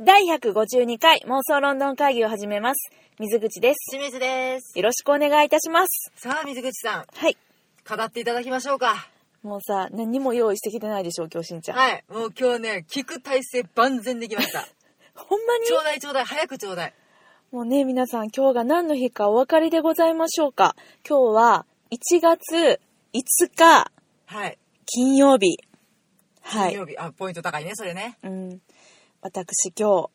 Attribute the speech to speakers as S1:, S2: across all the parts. S1: 第152回妄想ロンドン会議を始めます。水口です。
S2: 清水です。
S1: よろしくお願いいたします。
S2: さあ、水口さん、
S1: はい。
S2: 語っていただきましょうか。
S1: もうさ、何も用意してきてないでしょ、今日しんちゃん。
S2: はい。もう今日ね、聞く体制万全できました。
S1: ほんま
S2: ちょう
S1: に
S2: だいちょうだい、早くちょうだい。
S1: もうね、皆さん今日が何の日かお分かりでございましょうか。今日は1月5日
S2: はい。
S1: 金曜日。は
S2: 金
S1: い
S2: 曜。日、あ、ポイント高いね、それね。
S1: うん。私今日、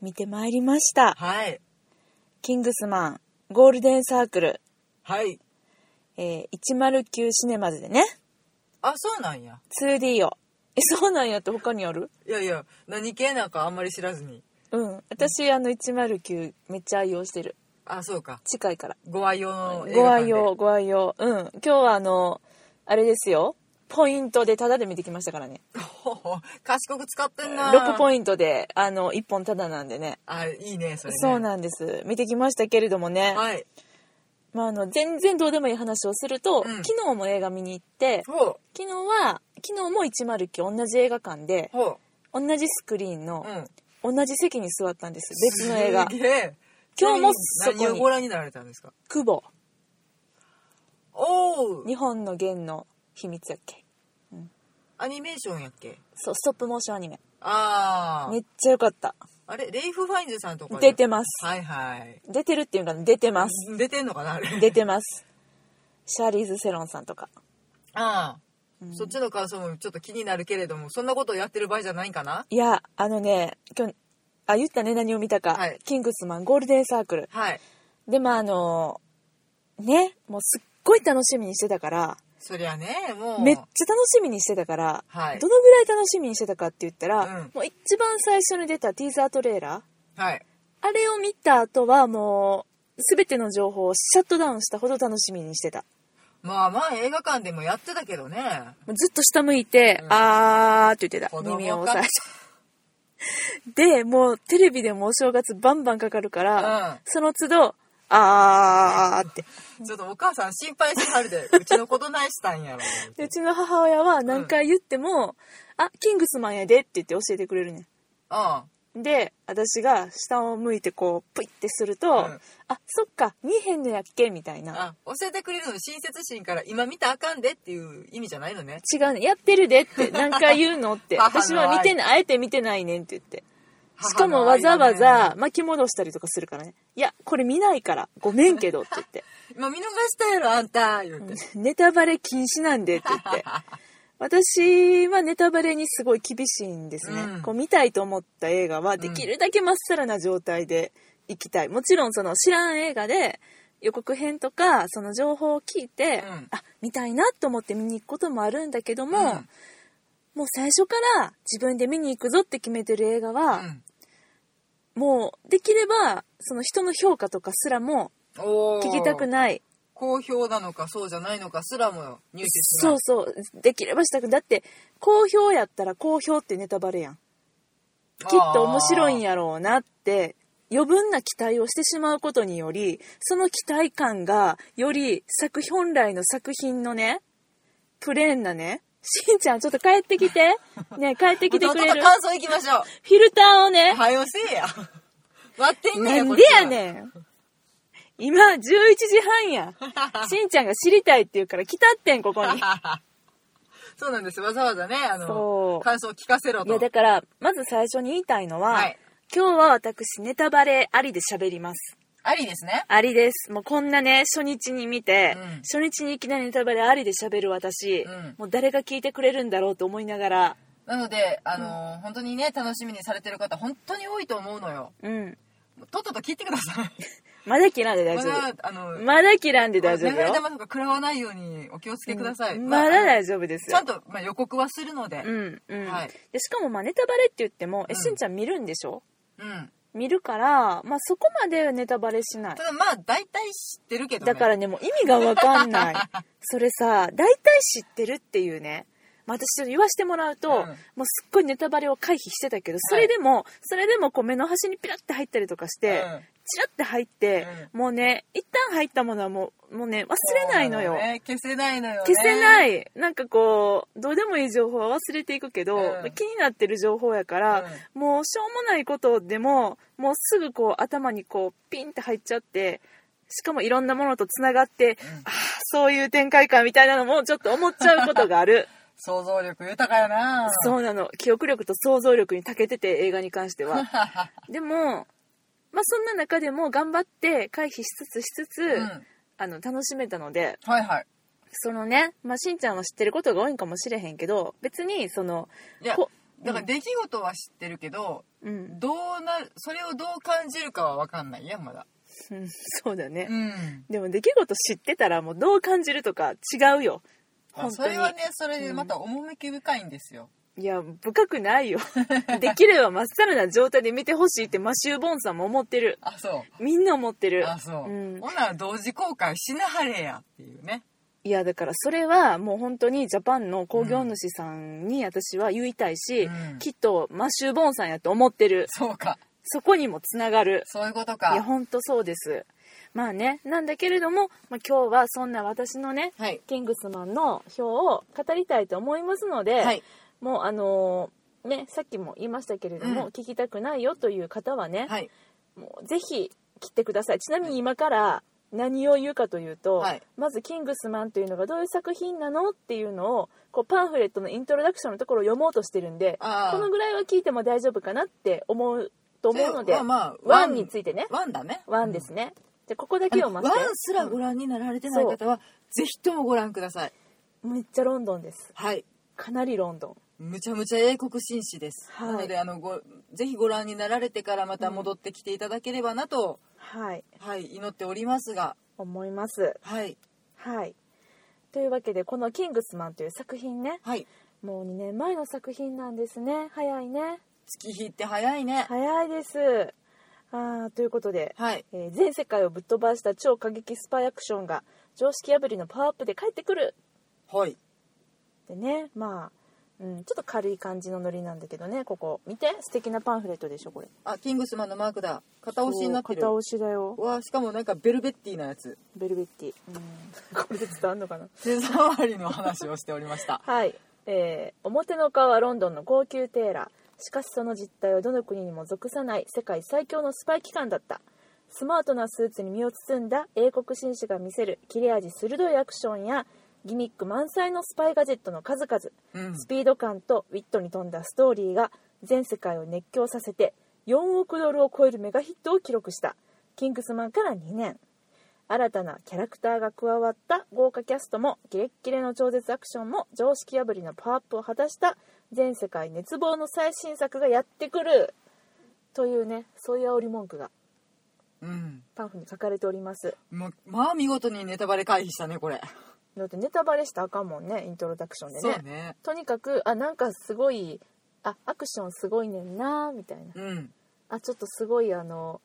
S1: 見てまいりました。
S2: はい。
S1: キングスマン、ゴールデンサークル、
S2: はい。
S1: えー109シネマズでね、
S2: あ、そうなんや。
S1: 2D を。え、そうなんやって他にある
S2: いやいや、何系なんかあんまり知らずに。
S1: うん。私、あの、109めっちゃ愛用してる。
S2: あ、そうか。
S1: 近いから。
S2: ご愛用の映
S1: ご
S2: 画館
S1: 愛
S2: で。
S1: 用、ご愛用。うん。今日はあの、あれですよ。ポイントでタダで見てきましたからね。
S2: ほほ 賢く使ってんな。
S1: 6ポ
S2: イント。
S1: イントで、あの、1本タダなんでね。
S2: あ、いいね、それね。
S1: そうなんです。見てきましたけれどもね。
S2: はい。
S1: まあ、あの、全然どうでもいい話をすると、
S2: うん
S1: 昨日も映画見に行って、
S2: ほう。
S1: 昨日は、昨日も109同じ映画館で、
S2: ほ
S1: 同じスクリーンの
S2: う。う、ん。
S1: 同じ席に座ったんです。別の映画
S2: す。げえ。
S1: 今日もそ
S2: そ
S1: こに
S2: こに。何をご覧になられたんですか
S1: 久保。
S2: おお
S1: 日本の弦の秘密やっけ
S2: アニメーションやっけ
S1: そうストップモーションアニメ
S2: ああ、
S1: めっちゃ良かった
S2: あれレイフ・ファインズさんとかで
S1: 出てます
S2: はいはい
S1: 出てるっていうか出てます
S2: 出てんのかなあれ
S1: 出てますシャーリーズ・セロンさんとか
S2: ああ、そっちの感想もちょっと気になるけれどもそんなことをやってる場合じゃないんかない
S1: やあのね今日あ言ったね何を見たか、
S2: はい
S1: キングスマンゴールデンサークル
S2: はい
S1: でまああのねもうすっごい楽しみにしてたから
S2: そりゃねもう
S1: めっちゃ楽しみにしてたから、
S2: はい
S1: どのぐらい楽しみにしてたかって言ったら、
S2: うん
S1: もう一番最初に出たティーザートレーラー
S2: はい
S1: あれを見た後はもう、すべての情報をシャットダウンしたほど楽しみにしてた。
S2: まあまあ映画館でもやってたけどね
S1: もうずっと下向いて、
S2: うん
S1: あーって言ってた。
S2: 子供か
S1: 耳を押さえて。 で、もうテレビでもお正月バンバンかかるから、
S2: うん
S1: その都度、あーって。
S2: ちょっとお母さん心配してはるでうちのことないしたんやろ
S1: でうちの母親は何回言っても、あ、キングスマンやでって言って教えてくれるね
S2: うん
S1: ん。で、私が下を向いてこう、プイってすると、
S2: ん
S1: あ、そっか、見えへんのやっけみたいな。
S2: あ教えてくれるの親切心から今見たらあかんでっていう意味じゃないのね
S1: 違うねやってるでって 何回言うのって
S2: 母の
S1: 私
S2: 愛
S1: は見てないあえて見てないねんって言ってしかもわざわざ巻き戻したりとかするからねいやこれ見ないからごめんけどって言って
S2: 今見逃したやろあんた言うて
S1: ネタバレ禁止なんでって言って私はネタバレにすごい厳しいんですね、
S2: うん
S1: こう見たいと思った映画はできるだけまっさらな状態で行きたいもちろんその知らん映画で予告編とかその情報を聞いて、
S2: うん
S1: あ見たいなと思って見に行くこともあるんだけども、
S2: うん
S1: もう最初から自分で見に行くぞって決めてる映画
S2: う
S1: は、
S2: ん
S1: もうできればその人の評価とかすらも
S2: おー
S1: 聞きたくない
S2: 好評なのかそうじゃないのかすらも入手し
S1: そ
S2: な
S1: う
S2: い
S1: そうできればしたくだって好評やったら好評ってネタバレやんきっと面白いんやろうなって余分な期待をしてしまうことによりその期待感がより作品本来の作品のねプレーンなねしんちゃんちょっと帰ってきてね帰ってきてくれ
S2: ちょっと
S1: る
S2: 感想いきましょう
S1: フィルターをね
S2: はよせえや 待ってんね
S1: なん
S2: こっ
S1: で
S2: ちは
S1: やねん今11時半 やしんちゃんが知りたいって言うから来たってんここに
S2: そうなんですわざわざねあ
S1: そ
S2: の
S1: う
S2: 感想聞かせろ
S1: い
S2: と
S1: やだからまず最初に言いたいのは、
S2: はい
S1: 今日は私ネタバレありで喋ります
S2: ありですね
S1: ありですもうこんなね初日に見て、
S2: うん
S1: 初日にいきなりネタバレありで喋る私、
S2: うん
S1: もう誰が聞いてくれるんだろうと思いながら
S2: なのであの、本当にね楽しみにされてる方本当に多いと思うのよ
S1: うん
S2: とっとと聞いてください
S1: まだ切らんで大
S2: ま
S1: 丈夫
S2: だあの、
S1: まだ切らんで大丈
S2: 流
S1: 夫よ
S2: れ、玉とか食らわないようにお気をつけください、
S1: まだ大丈夫です
S2: ち
S1: よ
S2: ゃんと、まあ、予告はするので、
S1: うんうん、
S2: はい
S1: でしかもまあネタバレって言っても、え
S2: うん
S1: しんちゃん見るんでしょ
S2: うん、
S1: 見るから、まあ、そこまでネタバレしない
S2: ただまあ大体知ってるけどね
S1: だからねもう意味がわかん ないそれさ大体知ってるっていうねまあ私ちょっと言わしてもらうと、
S2: うん
S1: もうすっごいネタバレを回避してたけどそれでも、それでもこう目の端にピラッて入ったりとかして、
S2: うん
S1: チラって入って、もうね一旦入ったものはもうもうね忘れないのよ
S2: そうなね消せないのよね。。
S1: 消せないいなんかこうどうでもいい情報は忘れていくけど、
S2: うん
S1: 気になってる情報やから、もうしょうもないことでももうすぐこう頭にこうピンって入っちゃってしかもいろんなものとつながって、あーそういう展開かみたいなのもちょっと思っちゃうことがあ る
S2: 想像力豊かやな。
S1: そうなの記憶力と想像力に長けてて映画に関して はでもまあそんな中でも頑張って回避しつつしつつ、
S2: うん。
S1: あの楽しめたので
S2: はいはい。
S1: そのね、まあ、しんちゃんは知ってることが多いんかもしれへんけど別にその
S2: いや
S1: こ、
S2: だから出来事は知ってるけど、
S1: うん、
S2: どうなる、それをどう感じるかはわかんないやん、まだ。
S1: うんそうだね、
S2: うん。
S1: でも出来事知ってたらもうどう感じるとか違うよ
S2: まあ
S1: 本
S2: そ
S1: 当に
S2: れはね、それでまた趣深いんですよ。
S1: いや深くないよ できればまっさらな状態で見てほしいってマシュー・ボーンさんも思ってる
S2: あ、そう。
S1: みんな思ってる
S2: あそう、
S1: うん
S2: ほな同時公開しなはれやっていうね
S1: いやだからそれはもう本当にジャパンの興行主さんに私は言いたいし、
S2: うん
S1: きっとマシュー・ボーンさんやと思ってる
S2: そうか
S1: そこにもつながる
S2: そういうこと
S1: いや
S2: か
S1: 本当そうですまあねなんだけれども、まあ、今日はそんな私のね
S2: はい
S1: キングスマンの表を語りたいと思いますので、
S2: はい
S1: もうあのーねさっきも言いましたけれども、
S2: うん
S1: 聞きたくないよという方はね、
S2: はい
S1: もうぜひ切ってくださいちなみに今から何を言うかというと、
S2: はい
S1: まず「キングスマン」というのがどういう作品なのっていうのをこうパンフレットのイントロダクションのところを読もうとしてるんで
S2: あー
S1: このぐらいは聞いても大丈夫かなって思うと思うので、
S2: まあまあ
S1: ワンについてね
S2: ワンだね
S1: ワンですね、じゃあここだ
S2: あ
S1: けをま
S2: のワン
S1: して
S2: すらご覧になられてない方は、ぜひともご覧ください
S1: めっちゃロンドンです
S2: はい
S1: かなりロンドン
S2: むちゃむちゃ英国紳士です、
S1: はい
S2: なのであのごぜひご覧になられてからまた戻ってきていただければなと、
S1: はい
S2: はい祈っておりますが
S1: 思います
S2: はい
S1: はいというわけでこの「キングスマン」という作品ね
S2: はい
S1: もう2年前の作品なんですね早いね
S2: 月日って早いね
S1: 早いですあーということで、
S2: はい
S1: えー全世界をぶっ飛ばした超過激スパイアクションが常識破りのパワーアップで帰ってくる
S2: はい
S1: でねまあ、うん、ちょっと軽い感じのノリなんだけどねここ見て素敵なパンフレットでしょこれ
S2: あキングスマンのマークだ片押しになってる
S1: 片押しだよ
S2: わあしかもなんかベルベッティなやつ
S1: ベルベッティ、うん、こ れで伝わんのかな
S2: 手触りの話をしておりました
S1: はい、えー表の顔はロンドンの高級テーラーしかしその実態はどの国にも属さない世界最強のスパイ機関だったスマートなスーツに身を包んだ英国紳士が見せる切れ味鋭いアクションやギミック満載のスパイガジェットの数々、
S2: うん
S1: スピード感とウィットに富んだストーリーが全世界を熱狂させて4億ドルを超えるメガヒットを記録した「キングスマン」から2年新たなキャラクターが加わった豪華キャストもキレッキレの超絶アクションも常識破りのパワーアップを果たした全世界熱望の最新作がやってくるというねそういう煽り文句が
S2: うん
S1: パンフに書かれております
S2: ままあ見事にネタバレ回避したねこれ
S1: だってネタバレしたらあかんもんねイントロダクションで
S2: そう
S1: ね
S2: ね
S1: とにかくあなんかすごいあアクションすごいねんなみたいな
S2: うん
S1: あちょっとすごいあの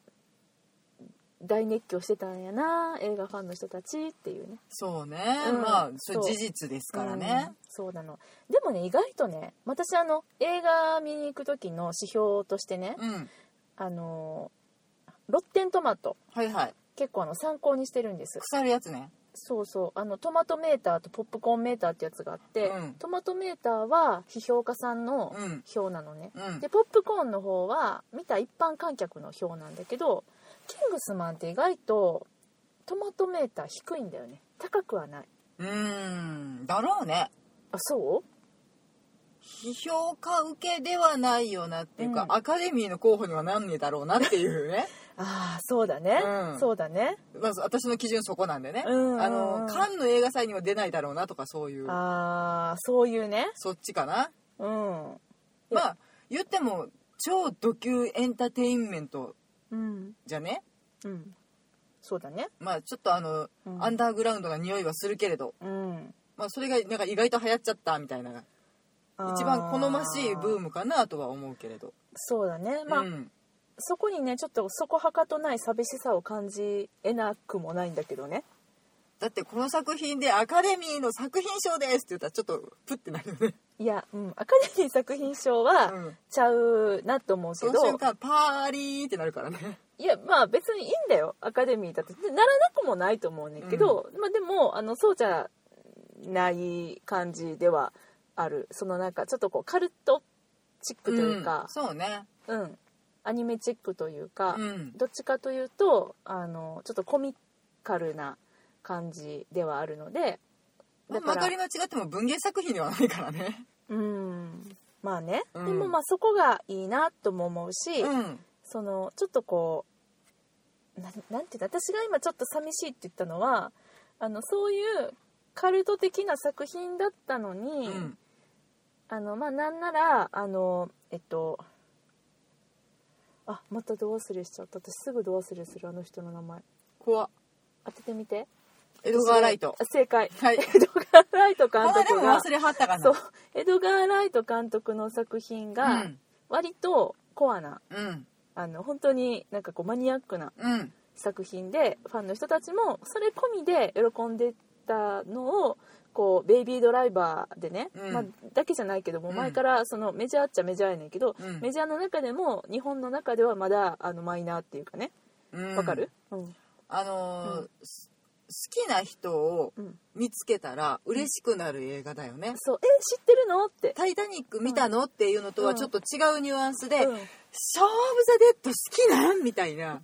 S1: 大熱狂してたんやな映画ファンの人たちっていうね
S2: そうね、
S1: うん
S2: まあそれ
S1: そう
S2: 事実ですからね
S1: うん、そうなのでもね意外とね私あの映画見に行く時の指標としてね、
S2: うん、
S1: あのロッテントマト
S2: はいはい
S1: 結構あの参考にしてるんです
S2: 腐るやつね
S1: そうそうあのトマトメーターとポップコーンメーターってやつがあって、
S2: うん
S1: トマトメーターは批評家さんの
S2: うん
S1: 表なのね、
S2: うん
S1: でポップコーンの方は見た一般観客の表なんだけどキングスマンって意外とトマトメーター低いんだよね高くはないう
S2: ーんだろうね
S1: あそう
S2: 批評家受けではないよなっていうか、
S1: うん
S2: アカデミーの候補にはなんねえだろうなってい うね、
S1: ああそうだね、
S2: うん
S1: そうだね
S2: まあ、私の基準そこなんでね、
S1: うんうんうん
S2: あのカンヌ映画祭には出ないだろうなとかそういう
S1: ああそういうね
S2: そっちかな
S1: うん
S2: まあ言っても超ド級エンターテインメント
S1: うん
S2: じゃね
S1: うんそうだね
S2: まあちょっとあの、
S1: うん
S2: アンダーグラウンドな匂いはするけれど、
S1: うん
S2: まあ、それがなんか意外と流行っちゃったみたいな一番好ましいブー
S1: ム
S2: ムかなとは思うけれど
S1: そうだねまあ、
S2: うん、
S1: そこにねちょっとそこはかとない寂しさを感じえなくもないんだけどね
S2: だってこの作品でアカデミーの作品賞ですって言ったらちょっとプッてなるよね
S1: いや、うん、アカデミー作品賞
S2: う
S1: は
S2: ん
S1: ちゃうなと思うけ
S2: そ
S1: ど、
S2: の瞬間パーリーってなるからね
S1: いやまあ別にいいんだよアカデミーだってでならなくもないと思うねんけど、まあ、でもあのそうじゃない感じではあるそのなんかちょっとこうカルトチックというか、
S2: そうね
S1: うんアニメチックというか、
S2: うん
S1: どっちかというとあのちょっとコミカルな感じではあるので
S2: まあまかり間違っても文芸作品ではないからね
S1: うんまあね、
S2: うん
S1: でもまあそこがいいなとも思うし、
S2: うん
S1: そのちょっとこうなんなんていうの私が今ちょっと寂しいって言ったのはあのそういうカルト的な作品だったのに、
S2: うん
S1: あのまあなんならあのえっとあまたど忘れしちゃった私すぐど忘れするあの人の名前
S2: 怖っ
S1: 当ててみて
S2: 江戸川ライト
S1: あ正解
S2: はい
S1: エドガー・ライト監
S2: あで
S1: 督
S2: も
S1: が
S2: 忘れはったかな
S1: そうエドガー・ライト監督の作品
S2: う
S1: が
S2: ん
S1: 割とコアな
S2: うん
S1: あの本当になんかこうマニアックな
S2: うん
S1: 作品でファンの人たちもそれ込みで喜んでたのをこうベイビードライバーでね、
S2: うん
S1: まあ、だけじゃないけども
S2: うん
S1: 前からそのメジャーっちゃメジャーやねんけど、
S2: うん
S1: メジャーの中でも日本の中ではまだあのマイナーっていうかね
S2: うん
S1: わかる、うん
S2: あのー
S1: うん
S2: す好きな人を
S1: うん
S2: 見つけたら嬉しくなる映画だよね
S1: そうえ知ってるのって
S2: 「タイタニック見たの?」っていうのとはちょっと違うニュアンスで「
S1: うん
S2: ショー・オブ・ザ・デッド好きなん?」みたいな、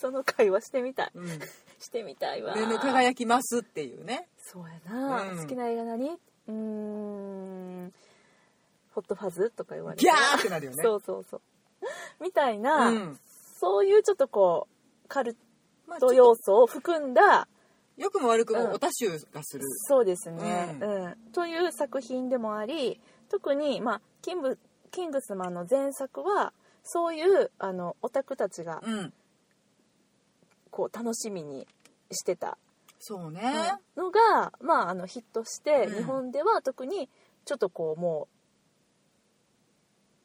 S1: その会話してみたい
S2: うん、でね
S1: してみたいわ
S2: 輝きますっていうね
S1: そうやな、
S2: うん
S1: 好きな映画何うーんホットファズとか言われて
S2: ギャーってなるよね
S1: そうそうそうみたいな、
S2: うん
S1: そういうちょっとこうカル
S2: まあち
S1: ト
S2: ょっと
S1: 要素を含んだ
S2: よくも悪く
S1: う
S2: も
S1: ん
S2: おたしゅうがする、
S1: そうですね、
S2: う
S1: うんという作品でもあり特に、まあ、キングキングスマンの前作はそういうあのオタクたちが
S2: うん、
S1: こう楽しみにしてた
S2: そうね、
S1: のが、まあ、あのヒットして、
S2: うん
S1: 日本では特にちょっとこうも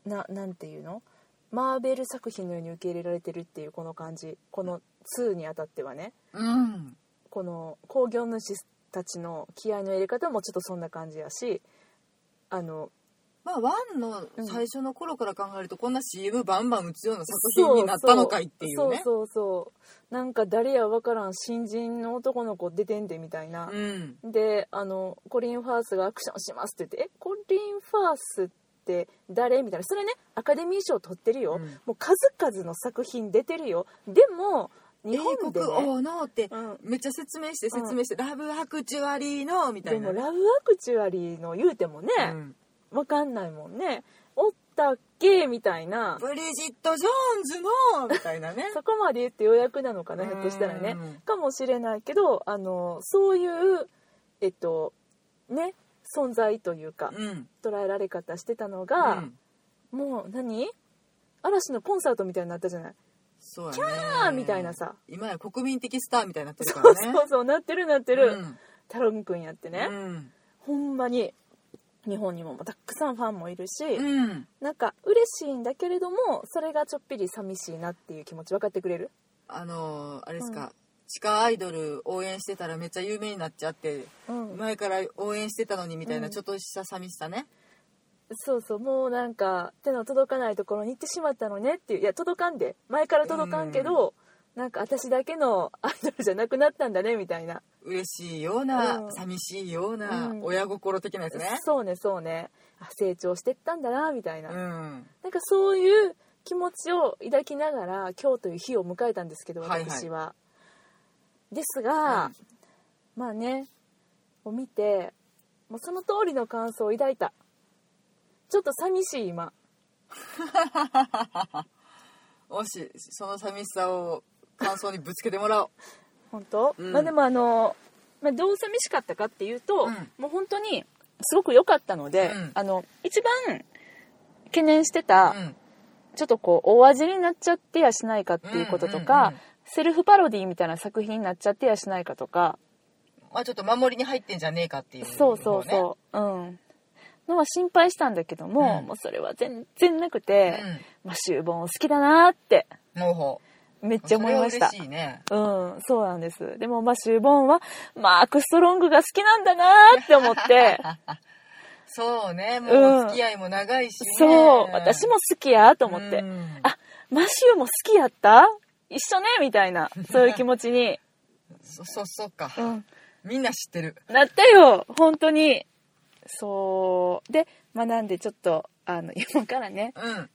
S1: うななんていうのマーベル作品のように受け入れられてるっていうこの感じこの2にあたってはね
S2: うん
S1: この興行主たちの気合の入れ方もちょっとそんな感じやしあの
S2: まあ、ワンの最初の頃から考えるとこんな CM バンバン打つような作品になったのかいっていうね
S1: そうそうそうそうなんか誰やわからん新人の男の子出てんでみたいな、
S2: うん
S1: であのコリン・ファースがアクションしますって言って「えコリン・ファースって誰?」みたいなそれねアカデミー賞取ってるよ、
S2: うん
S1: もう数々の作品出てるよでも日
S2: 英
S1: 本
S2: 国
S1: で、ね
S2: 王のって
S1: うん
S2: めっちゃ説明して説明して、ラブアクチュアリーのみた
S1: で
S2: いな
S1: も「ラブ・アクチュアリー」の言うてもね、
S2: うん
S1: わかんないもんねおったっけみたいな
S2: ブリジット・ジョーンズのみたいな ね
S1: そこまで言ってようやくなのかなひょっとしたらね
S2: うん
S1: かもしれないけどあのそういうえっとね存在というか
S2: うん
S1: 捉えられ方してたのが、
S2: うん
S1: もう何嵐のコンサートみたいになったじゃない、
S2: そうやね
S1: あーみたいなさ、
S2: 今や国民的スターみたいになってるか
S1: そ
S2: ら
S1: う
S2: ね
S1: そうそうなってるなってる、
S2: うん
S1: タロン君やってね、
S2: うん
S1: ほんまに日本にもたくさんファンもいるし、
S2: うん
S1: なんか嬉しいんだけれどもそれがちょっぴり寂しいなっていう気持ち分かってくれる
S2: あのーあれですか、地下アイドル応援してたらめっちゃ有名になっちゃって
S1: うん、
S2: 前から応援してたのにみたいな
S1: うん
S2: ちょっとした寂しさね、
S1: そうそうもうなんか手の届かないところに行ってしまったのねっていういや届かんで前から届かんけど、なんか私だけのアイドルじゃなくなったんだねみたいな
S2: 嬉しいような、
S1: うん
S2: 寂しいような、
S1: うん
S2: 親心的なやつね
S1: そうねそうねあ成長してったんだなみたいな、
S2: うん
S1: なんかそういう気持ちを抱きながら今日という日を迎えたんですけど
S2: はいはい
S1: 私は。ですが、
S2: うん
S1: まあねを見てもうその通りの感想を抱いたちょっと寂しい今
S2: もしその寂しさを感想にぶつけてもらおう
S1: 本当、
S2: うん
S1: まあでもあの、まあ、どう寂しかったかっていうと、
S2: うん
S1: もう本当にすごく良かったので、
S2: うん
S1: あの一番懸念してた、
S2: うん
S1: ちょっとこう大味になっちゃってやしないかっていうこととか、
S2: うんうんうん
S1: セルフパロディみたいな作品になっちゃってやしないかとか、
S2: まあちょっと守りに入ってんじゃねえかっていう、
S1: そうそうそう、うんのは心配したんだけども、
S2: うん
S1: もうそれは全然なくて、
S2: ね
S1: まあ終盤好きだなーって
S2: うんもうほ
S1: めっ
S2: う
S1: ちゃ思いました
S2: それは嬉しいね
S1: うん、そうなんです。でも、まあ、シューボンは、マーク・ストロングが好きなんだなーって思って、
S2: そうねも
S1: うん
S2: う付き合いも長いし、ね
S1: そう、私も好きやと思って、
S2: うん
S1: あマシューも好きやった一緒ねみたいな、そういう気持ちに。
S2: そそ そうか、
S1: うん。
S2: みんな知ってる
S1: なったよ本当に。そう。で、学んでちょっと、あの、今からね、
S2: うん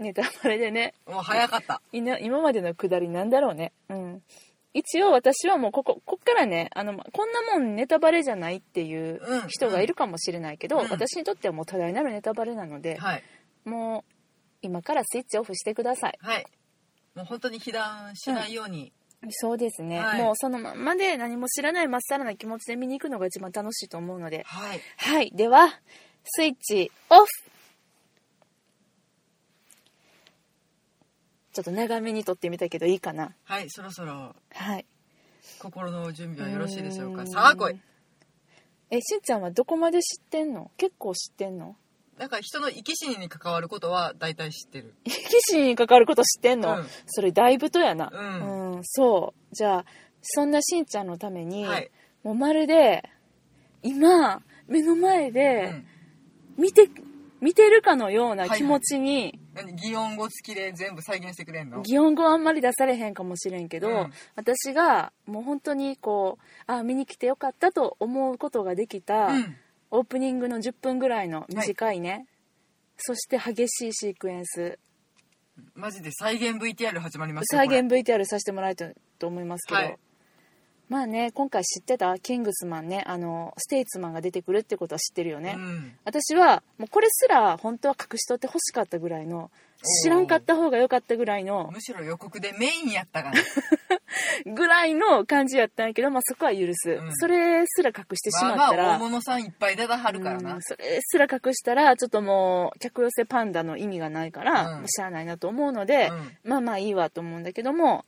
S1: ネタバレでね、
S2: もう早かった
S1: いな今までのくだりなんだろうね。うん。一応私はもうここ、こっからね、あの、まこんなもんネタバレじゃないっていう
S2: うん
S1: 人がいるかもしれないけど、
S2: うん
S1: 私にとってはもう多大なるネタバレなので、
S2: はい
S1: もう、今からスイッチオフしてください。
S2: はいもう本当に被弾しないように、
S1: そうですね。
S2: はい
S1: もうそのまんまで何も知らないまっさらな気持ちで見に行くのが一番楽しいと思うので。
S2: はい
S1: はい。では、スイッチオフちょっと長めに撮ってみたけどいいかな。
S2: はいそろそろ
S1: はい。
S2: 心の準備はよろしいでしょう
S1: う
S2: か
S1: ん
S2: さあ来い
S1: え、しんちゃんはどこまで知ってんの結構知ってんの
S2: だから人の生き死にに関わることは大体知ってる
S1: 生き死にかかること知ってんの、
S2: うん
S1: それだいぶとやな。
S2: う
S1: ん
S2: ん
S1: そう。じゃあ、そんなしんちゃんのために、
S2: はい
S1: もうまるで、今、目の前
S2: う
S1: で、
S2: ん
S1: 見て、見てるかのような気持ちに、
S2: 何擬音語付きで全部再現してくれんの
S1: 擬音語はあんまり出されへんかもしれんけど、
S2: うん
S1: 私がもう本当にこう、あ、見に来てよかったと思うことができた、
S2: うん
S1: オープニングの10分ぐらいの短いね、そして激しいシークエンス、
S2: マジで再現 VTR 始まりますよ
S1: 再現 VTR させてもらいたいと思いますけど、
S2: はい
S1: まあね、今回知ってたキングスマンね、あの、ステイツマンが出てくるってことは知ってるよ
S2: これ
S1: ね。
S2: うん
S1: 私はもうこれすら本当は隠しとって欲しかったぐらいの知らんかった方が良かったぐらいの
S2: むしろ予告でメインやったから
S1: ぐらいの感じやったんやけど、まあ、そこは許す、
S2: うん
S1: それすら隠してしま
S2: ま
S1: っ
S2: あ
S1: た
S2: まあ
S1: ら、
S2: 大物さんいっぱい出たはるからな、
S1: うんそれすら隠したらちょっともう客寄せパンダの意味がないから、
S2: うん
S1: もうしゃあないなと思うので、
S2: う
S1: まあまあいいわと思うんだけども、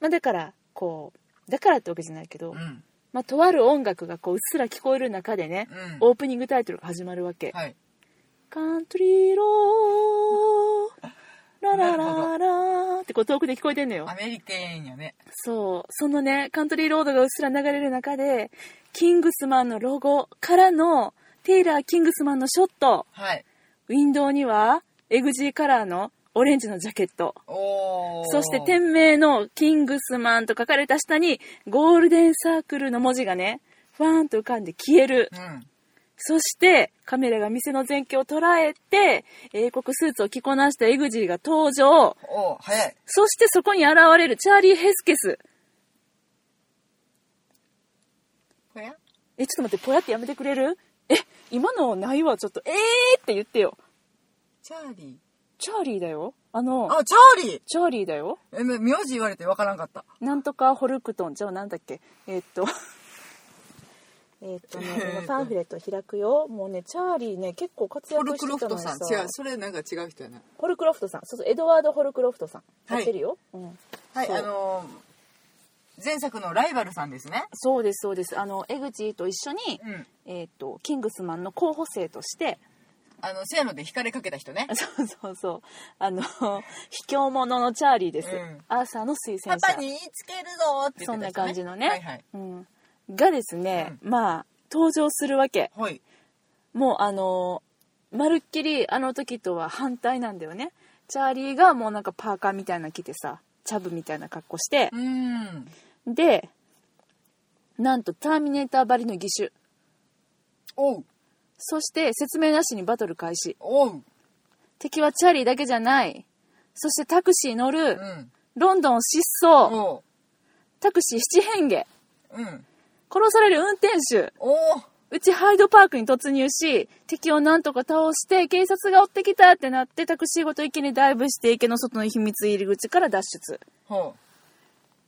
S1: まあ、だからこうだからってわけじゃないけど、
S2: うん
S1: まあ、とある音楽がこううっすら聞こえる中でね、
S2: うん
S1: オープニングタイトルが始まるわけ、
S2: はい
S1: カントリー ローララララってこう遠くで聞こえてんのよ
S2: ア。メリカンやね
S1: そう。そのね、カントリーロードがうっすら流れる中で、キングスマンのロゴからのテイラー・キングスマンのショット。
S2: はい
S1: ウィンドウにはエグジーカラーのオレンジのジャケット。
S2: おお
S1: そして店名のキングスマンと書かれた下にゴールデンサークルの文字がね、ファーンと浮かんで消える
S2: う。ん
S1: そして、カメラが店の全景を捉えて、英国スーツを着こなしたエグジーが登場。
S2: おー早い
S1: そしてそこに現れるチャーリー・ヘスケス。
S2: これや
S1: え、ちょっと待って、ぽやってやめてくれるえ、今のないわ、ちょっと。えーって言ってよ。
S2: チャーリ
S1: チャーリーだよ。あの
S2: ー、あチャーリー
S1: チャーリーだよ。
S2: えめ名字言われてわからんかった
S1: なんとかホルクトン。じゃあなんだっけえーっと。 えーっとね、今パンフレット開くよ。もうね、チャーリーね、結構活
S2: ポ
S1: 躍
S2: ル
S1: して
S2: ク
S1: たの
S2: ロ
S1: に
S2: フ
S1: さ。
S2: トさん違うそれなんか違う人やな
S1: ホルクロフトさん。そうそう、エドワード・ホルクロフトさん。
S2: は
S1: 入
S2: い
S1: ってるよ。うん。
S2: はい
S1: そう
S2: あのー前作のライバルさんですね
S1: そうですそうですあの江口と一緒に、
S2: うん
S1: えー、とキングスマンの候補生として
S2: あのせーので惹かれかけた人ね
S1: そうそうそうあの卑怯者のチャーリーです、
S2: うん
S1: アーサーの推薦
S2: パ
S1: 者
S2: パに言いつけるぞって
S1: そ
S2: 言ってた人ね
S1: んな感じのね、
S2: はいはい
S1: うん、がですね、まあ登場するわけ
S2: はい
S1: もうあのまるっきりあの時とは反対なんだよねチャーリーがもうなんかパーカーみたいなの着てさチャブみたいな格好して
S2: う、ーん
S1: でなんとターミネーターばりの義手
S2: おう
S1: そして説明なしにバトル開始
S2: おう
S1: 敵はチャーリーだけじゃない。そしてタクシー乗
S2: う
S1: る。
S2: ん
S1: ロンドン失踪。
S2: おう
S1: タクシー七変化。
S2: うん
S1: 殺される運転手。
S2: おう
S1: うちハイドパークに突入し、敵をなんとか倒して、警察が追ってきたってなって、タクシーごと池にダイブして、池の外の秘密入り口から脱出。
S2: ほう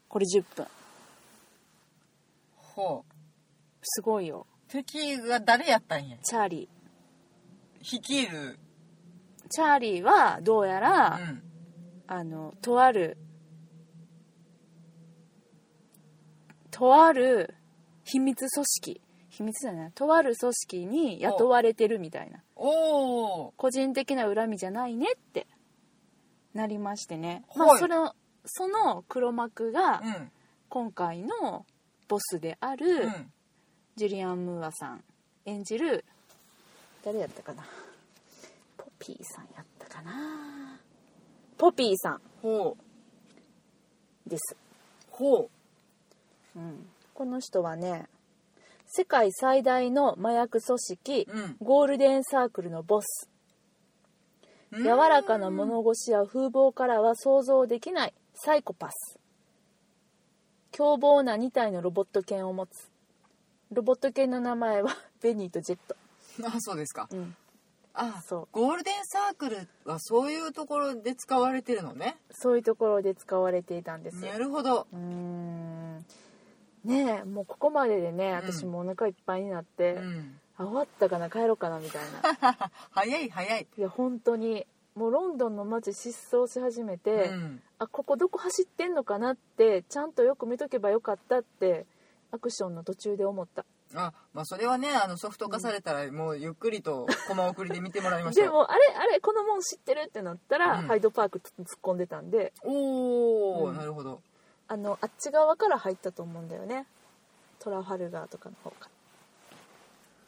S1: これ10分。
S2: ほう
S1: すごいよ。
S2: 敵が誰やったんや
S1: チャーリ
S2: 率いる
S1: ー。チャーリーは、どうや
S2: う
S1: ら、
S2: ん
S1: あの、とある、とある秘密組織、秘密じゃない、とある組織に雇われてるみたいな。
S2: おお
S1: 個人的な恨みじゃないねってなりましてね。
S2: はい
S1: まあ、その、その黒幕が
S2: うん
S1: 今回のボスであ
S2: う
S1: る
S2: ん
S1: ジュリアン・ムーアさん演じる、誰やったかなポピーさんやったかなポピーさん
S2: ほう
S1: です、
S2: ほ
S1: うん、この人はね世界最大の麻薬組織、
S2: うん
S1: ゴールデンサークルのボス
S2: う
S1: 柔らかな物腰や風貌からは想像できないサイコパス凶暴な2体のロボット犬を持つロボット犬の名前は ベニーとジェット、
S2: あそうですか
S1: うん、
S2: あ
S1: そう
S2: ゴールデンサークルはそういうところで使われてるのね
S1: そういうところで使われていたんですよ
S2: なるほど
S1: うーんねえもうここまででね
S2: うん
S1: 私もうお腹いっぱいになって、
S2: うん
S1: あ終わったかな帰ろうかなみたいな
S2: 早い早い
S1: いや本当にもうロンドンの街失踪し始めて、
S2: うん
S1: あここどこ走ってんのかなってちゃんとよく見とけばよかったってアクションの途中で思った
S2: あまあそれはねあのソフト化されたらもうゆっくりとコマ送りで見てもらいました
S1: で
S2: よ
S1: もあれあれこのもん知ってるってなったら、
S2: うん
S1: ハイドパーク突っ込んでたんで
S2: おお、
S1: うん
S2: なるほど
S1: あのあっち側から入ったと思うんだよねトラファルガーとかの方か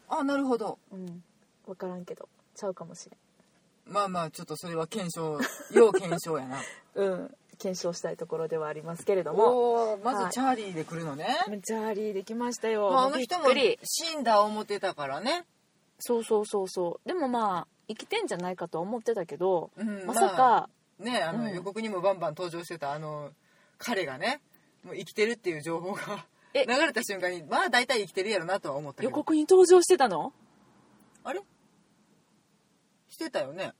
S2: あなるほど
S1: らうん分からんけどちゃうかもしれん
S2: まあまあちょっとそれは検 証要検証やな
S1: うん、検証したいところではありますけれども。
S2: おーま
S1: は
S2: ず
S1: い
S2: チャーリーで来るのね、
S1: ジャーリーできましたよ。
S2: まあ、あ
S1: もう
S2: の人も
S1: びっくり
S2: 死んだ思ってたからね、
S1: そうそうそうそう。でもまあ、生きてんじゃないかとは思ってたけど、
S2: うん
S1: まさか、
S2: まあねあ
S1: う
S2: の
S1: ん
S2: 予告にもバンバン登場してたあの彼がねもう生きてるっていう情報が
S1: え
S2: 流れた瞬間にまあ大体生きてるやろなとは思ったけ
S1: 予
S2: ど
S1: 告に登場してたの
S2: あれしてたよね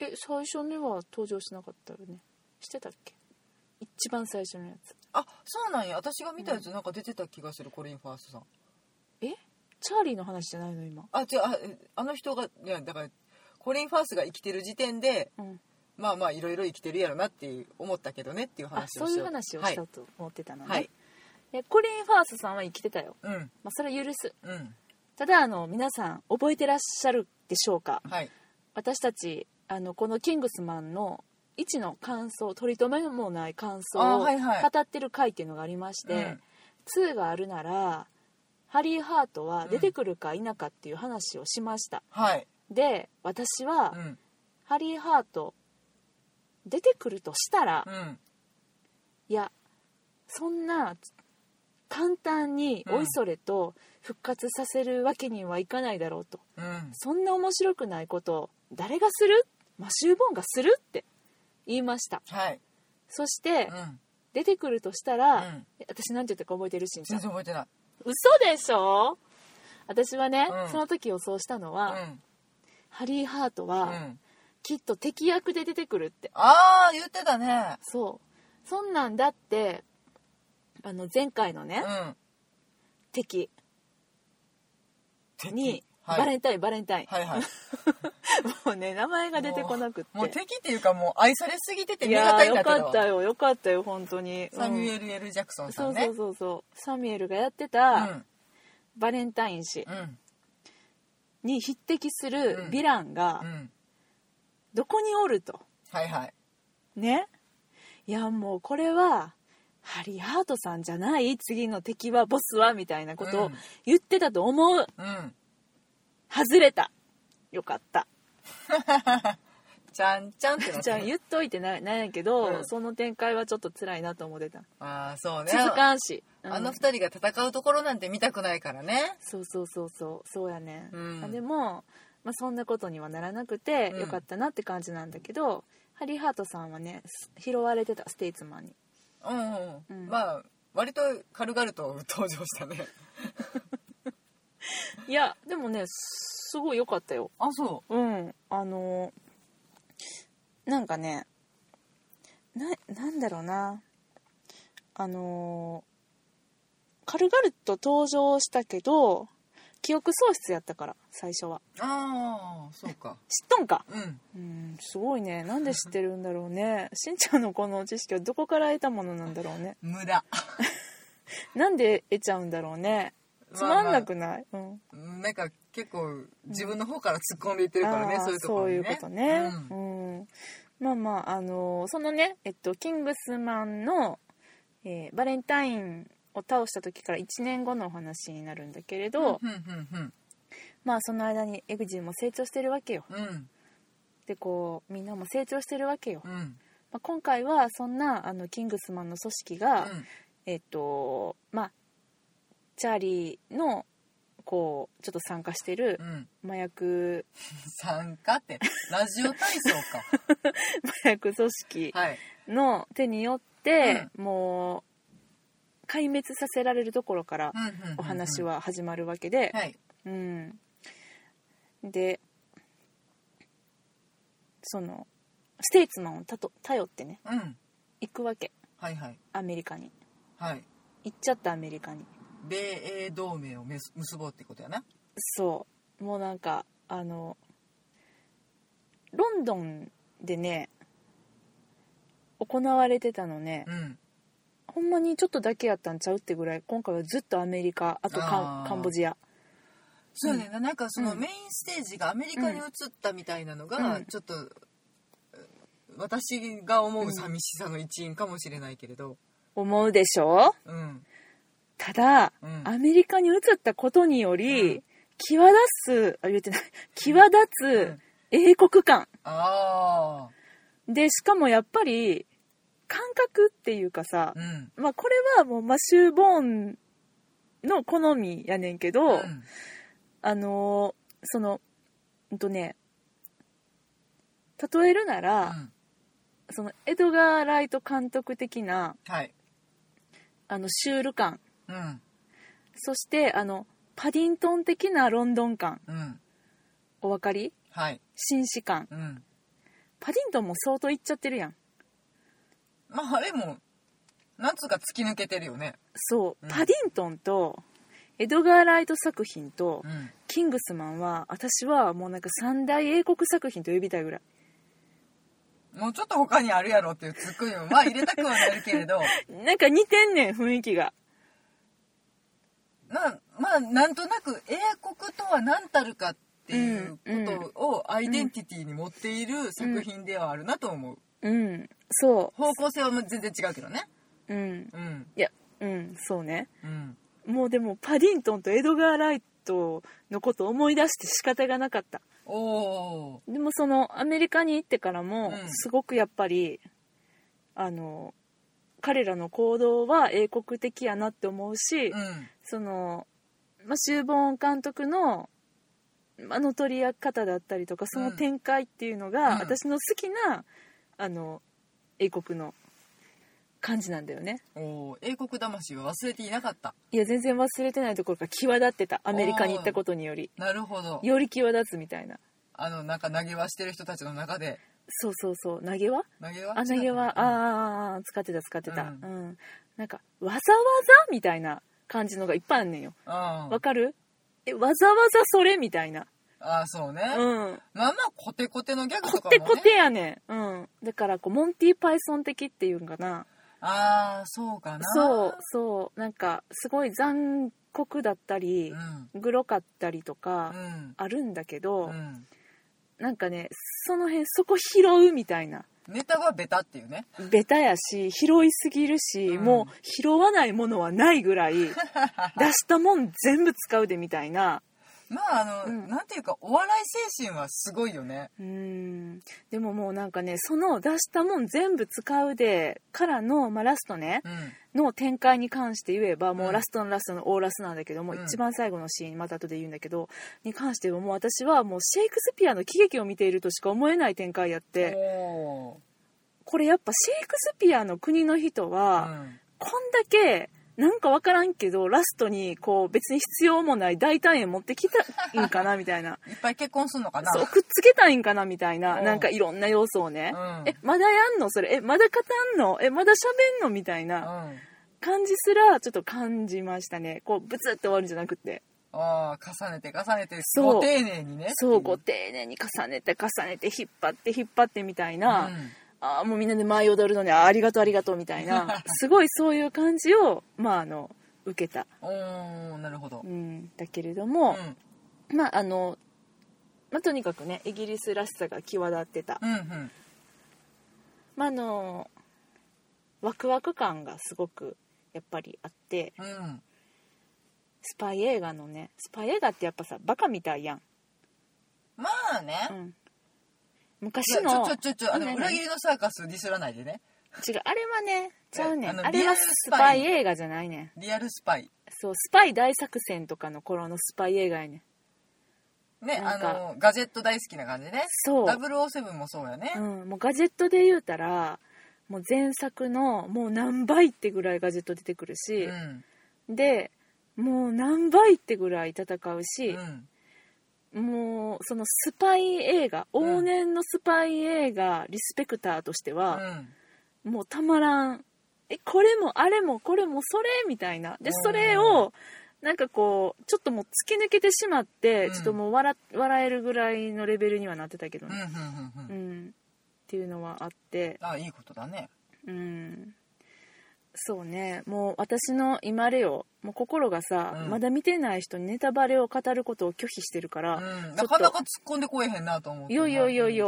S1: え、最初には登場しなかったよね。してたっけ一番最初のやつ。
S2: あそうなんや私が見たやつなんか出てた気がする、コリン・ファーストさん
S1: えチャーリーの話じゃないの今。
S2: あ違うあえあの人がいやだからコリン・ファーストが生きてる時点で
S1: うん。
S2: まあまあいろいろ生きてるやろなっていう思ったけどねっていう
S1: あ、
S2: 話
S1: そ
S2: を
S1: う
S2: し
S1: いう
S2: よう
S1: 話を
S2: は
S1: し
S2: い
S1: たと思ってたのね。
S2: はい
S1: でコリン・ファースさんは生きてたよ。
S2: うん
S1: まあ、それは許す。
S2: うん
S1: ただ、あの、皆さん、覚えてらっしゃるでしょうか
S2: はい
S1: 私たちあのこの「キングスマン」の一の感想取り留めもない感想
S2: あ
S1: を
S2: はいはい
S1: 語ってる回っていうのがありまして、
S2: うん
S1: 2があるならハリー・ハートは出てくるか否かっていう話をしました、
S2: はい
S1: で私は、
S2: うん
S1: ハリー・ハート出てくるとしたら、
S2: うん
S1: いやそんな簡単においそれと復活させるわけにはいかないだろうと
S2: うん
S1: そんな面白くないことを誰がするマシュー・ボーンがするって言いました
S2: はい
S1: そして
S2: うん
S1: 出てくるとしたら、
S2: うん
S1: 私なんて言ったか覚えてるしんちゃ
S2: 全
S1: ん
S2: 然覚えてない
S1: 嘘でしょ私はね、
S2: うん
S1: その時予想したのは、
S2: うん
S1: ハリー・ハート
S2: う
S1: は、
S2: ん
S1: きっと敵役で出てくるって
S2: ああ言ってたね
S1: そうそんなんだってあの前回の
S2: う
S1: ね、
S2: ん
S1: 敵
S2: 敵
S1: に、
S2: はい
S1: バレンタインバレンタイン、
S2: はいはい
S1: もうね名前が出てこなくって
S2: もうもう敵っていうかもう愛されすぎてて
S1: い
S2: 目がた
S1: やー
S2: いに
S1: よ
S2: なってた
S1: か
S2: わ
S1: ったよよかったよ本当に
S2: サミ
S1: うん
S2: ュエル・ L ・ジャクソンさ
S1: そ
S2: ん
S1: う
S2: ね
S1: そうそうそうサミュエルがやってた
S2: ん
S1: バレンタイン氏
S2: うん
S1: に匹敵す
S2: う
S1: る
S2: ん
S1: ヴィランが
S2: うん
S1: どこにおると
S2: はいはい
S1: ねいやもうこれはハリー・ハートさんじゃない次の敵はボスはみたいなこと
S2: う
S1: を
S2: ん
S1: 言ってたと思う
S2: うん
S1: 外れたよかった
S2: ちゃんちゃんってなっ
S1: じゃあ
S2: てる
S1: 言っといてないなんやけど、
S2: うん
S1: その展開はちょっと辛いなと思ってた
S2: ああそうね
S1: 続かんし、うん
S2: あの二人が戦うところなんて見たくないからね。
S1: そうそうそうそうそうやね、
S2: うん
S1: あでも、まあ、そんなことにはならなくて
S2: うん
S1: よかったなって感じなんだけど、ハリー・ハートさんはねす拾われてたステイツマンに
S2: うんうん、
S1: うん
S2: まあ割と軽々と登場したね。
S1: いやでもねすごい良かったよ
S2: あそ
S1: うんあのなんかねななんだろうなあの軽々と登場したけど記憶喪失やったから最初は
S2: う。ああそうか。
S1: 知っとんか
S2: うん。
S1: うんすごいねなんで知ってるんだろうね しんちゃんのこの知識はどこから得たものなんだろうね
S2: 無駄。
S1: なんで得ちゃうんだろうねつまんなくない、うん
S2: なんか結構自分の方から突っ込んでいってるからね、
S1: あー
S2: そういうところ
S1: そ
S2: にね。
S1: ういうことね
S2: う。
S1: うんん、まあまああのそのねえっとキングスマンの、えーバレンタインを倒した時から1年後のお話になるんだけれど、
S2: うんうん
S1: まあその間にエグジーも成長してるわけよ
S2: うんうん
S1: でこうみんなも成長してるわけよ、
S2: うん
S1: まあ、今回はそんなあのキングスマンの組織が、
S2: うん
S1: えっとまあチャーリーのこうちょっと参加してる
S2: うん
S1: 麻薬、
S2: 参加ってラジオ体操 か
S1: 麻薬組織
S2: はい
S1: の手によって、もう壊滅させられるところから
S2: うんうんうんうん
S1: お話は始まるわけで、
S2: はい
S1: うん、でそのステイツマンをたと頼ってね
S2: うん
S1: 行くわけ
S2: はいはい
S1: アメリカに
S2: はい
S1: 行っちゃったアメリカに
S2: 米英同盟をめす結ぼうってことやな
S1: そうもうなんかあのロンドンでね行われてたのね、
S2: うん
S1: ほんまにちょっとだけやったんちゃうってぐらい今回はずっとアメリカあとカ
S2: あ
S1: ン
S2: ー
S1: カンボジア
S2: そうやねんななんかその
S1: うん
S2: メインステージがアメリカに移ったみたいなのが
S1: うん
S2: ちょっと私が思う寂しさの一因かもしれないけれど
S1: 思うでしょ
S2: うん
S1: ただ、
S2: うん
S1: アメリカに移ったことにより、
S2: うん
S1: 際立つあ言ってない際立つ英国感
S2: ああ
S1: でしかもやっぱり感覚っていうかさ、
S2: うん
S1: まあこれはもうマシュー・ボーンの好みやねんけど、
S2: うん
S1: あのーそのうんとね例えるな
S2: う
S1: ら、
S2: ん
S1: そのエドガー・ライト監督的な
S2: はい
S1: あのシュール感
S2: うん
S1: そしてあのパディントン的なロンドン感
S2: うん
S1: お分かり
S2: はい
S1: 紳士感
S2: うん
S1: パディントンも相当いっちゃってるやん
S2: まああれもなんつうか突き抜けてるよね
S1: そう、
S2: うん
S1: パディントンとエドガー・ライト作品と
S2: うん
S1: キングスマンは私はもうなんか三大英国作品と呼びたいぐらい
S2: もうちょっと他にあるやろっていうツッコミもまあ入れたくはなるけ れど
S1: なんか似てんねん雰囲気が
S2: なまあなんとなく英国とは何たるかっていうことをアイデンティティに持っている作品ではあるなと思う
S1: うんそ
S2: 方向性は全然違うけどね
S1: ううん
S2: うん
S1: いやうんそうね
S2: うん
S1: もうでもパディントンとエドガー・ライトのことを思い出して仕方がなかった
S2: おお
S1: でもそのアメリカに行ってからも
S2: うん
S1: すごくやっぱり、あの彼らの行動は英国的やなって思うし、
S2: ーうん
S1: その、まあ、シューボーン監督の、まあ、の取り方だったりとかその展開っていうのが、
S2: うん
S1: 私の好きなあの英国の感じなんだよね
S2: おー英国魂は忘れていなかった
S1: いや全然忘れてないところが際立ってたアメリカに行ったことにより
S2: なるほど
S1: より際立つみたいな
S2: あのなんか投げ輪してる人たちの中で
S1: そうそうそう投げは
S2: 投げ輪
S1: あ投げは、あ
S2: あ
S1: あああ使ってた使ってた、
S2: う
S1: うんんなんかわざわざみたいな感じのがいっぱいあんねんよ
S2: あ
S1: わかるえわざわざそれみたいな
S2: あーそうね、
S1: うん
S2: まあまあコテコテのギャグと
S1: こ
S2: かも、
S1: て
S2: ね、
S1: こてやねん、うん、だからこうモンティ・パイソン的っていうんかな
S2: ああそうかな
S1: そうそうなんかすごい残酷だったり
S2: う、ん
S1: グロかったりと
S2: う
S1: か
S2: ん
S1: あるんだけど、
S2: うん
S1: なんかねその辺そこ拾うみたいな
S2: ネタがベタっていうね
S1: ベタやし拾いすぎるし、
S2: うん
S1: もう拾わないものはないぐ らい出したもん全部使うでみたいな
S2: まああ
S1: う
S2: の、
S1: ん
S2: なんていうかお笑い精神はすごいよね
S1: うんでももうなんかねその出したもん全部使うでからの、まあ、ラストね
S2: うん
S1: の展開に関して言えばも
S2: うん
S1: うラストのラストのオーラスなんだけども、
S2: うん
S1: 一番最後のシーンまた後で言うんだけどに関してはもう私はもうシェイクスピアの喜劇を見ているとしか思えない展開やって
S2: お
S1: これやっぱシェイクスピアの国の人は、
S2: ーうん
S1: こんだけなんかわからんけどラストにこう別に必要もない大胆円持ってきたんかなみたい な
S2: いっぱい結婚すんのかな
S1: そうくっつけたいんかなみたい
S2: お
S1: な
S2: う
S1: なんかいろんな要素をね、
S2: うん
S1: えまだやんのそれえまだ語んのえまだ喋んのみたいな
S2: うん
S1: 感じすらちょっと感じましたねこうブツって終わるんじゃなくて
S2: ああ重ねて重ねて
S1: そう
S2: ご丁寧にね
S1: そうこう丁寧に重ねて重ねて引っ張って引っ張ってみたいな、
S2: うん
S1: あーもうみんなで舞い踊るのにあーありがとうありがとうみたい なすごいそういう感じをまああの受けた、
S2: おーなるほど
S1: うん、だけれど
S2: う
S1: も、
S2: ん
S1: まああの、まあ、とにかくねイギリスらしさが際立ってた、
S2: うんうん
S1: まあ、あのワクワク感がすごくやっぱりあって
S2: うん
S1: スパイ映画のねスパイ映画ってやっぱさバカみたいやん、
S2: まあね
S1: うん、昔
S2: いや
S1: の
S2: ちょちょちょちょあの
S1: 何
S2: 裏切りのサーカスディスらないでね
S1: 違うあれはねちゃうね
S2: あ
S1: ん
S2: の
S1: あれ
S2: リア
S1: は
S2: ル
S1: ス
S2: ス
S1: パ
S2: パ
S1: イ
S2: イ
S1: 映画じゃないねん
S2: リアルスパイ
S1: そうスパイ大作戦とかの頃のスパイ映画やねん
S2: ね
S1: な
S2: あ
S1: んか
S2: のガジェット大好きな感じね
S1: そう
S2: 007もそうやね、
S1: うん、もうガジェットで言うたらもう前作のもう何倍ってぐらいガジェット出てくるし
S2: う、ん
S1: でもう何倍ってぐらい戦うし、
S2: うん
S1: もうそのスパイ映画
S2: うん
S1: 往年のスパイ映画リスペクターとして
S2: う
S1: は、
S2: ん
S1: もうたまらんえこれもあれもこれもそれみたいなで
S2: うん
S1: それをなんかこうちょっともう突き抜けてしまって、
S2: うん
S1: ちょっともう笑笑えるぐらいのレベルにはなってたけど
S2: うんうん
S1: ね、
S2: うん
S1: う
S2: うんん
S1: っていうのはあって
S2: あいいことだね
S1: うんそうねもう私の今レオもう心がさ、
S2: うん
S1: まだ見てない人にネタバレを語ることを拒否してるか
S2: う
S1: ら、
S2: ん
S1: ちょっ
S2: な
S1: と
S2: かなか突っ込んでこえへんなと思って
S1: いやいやいやいや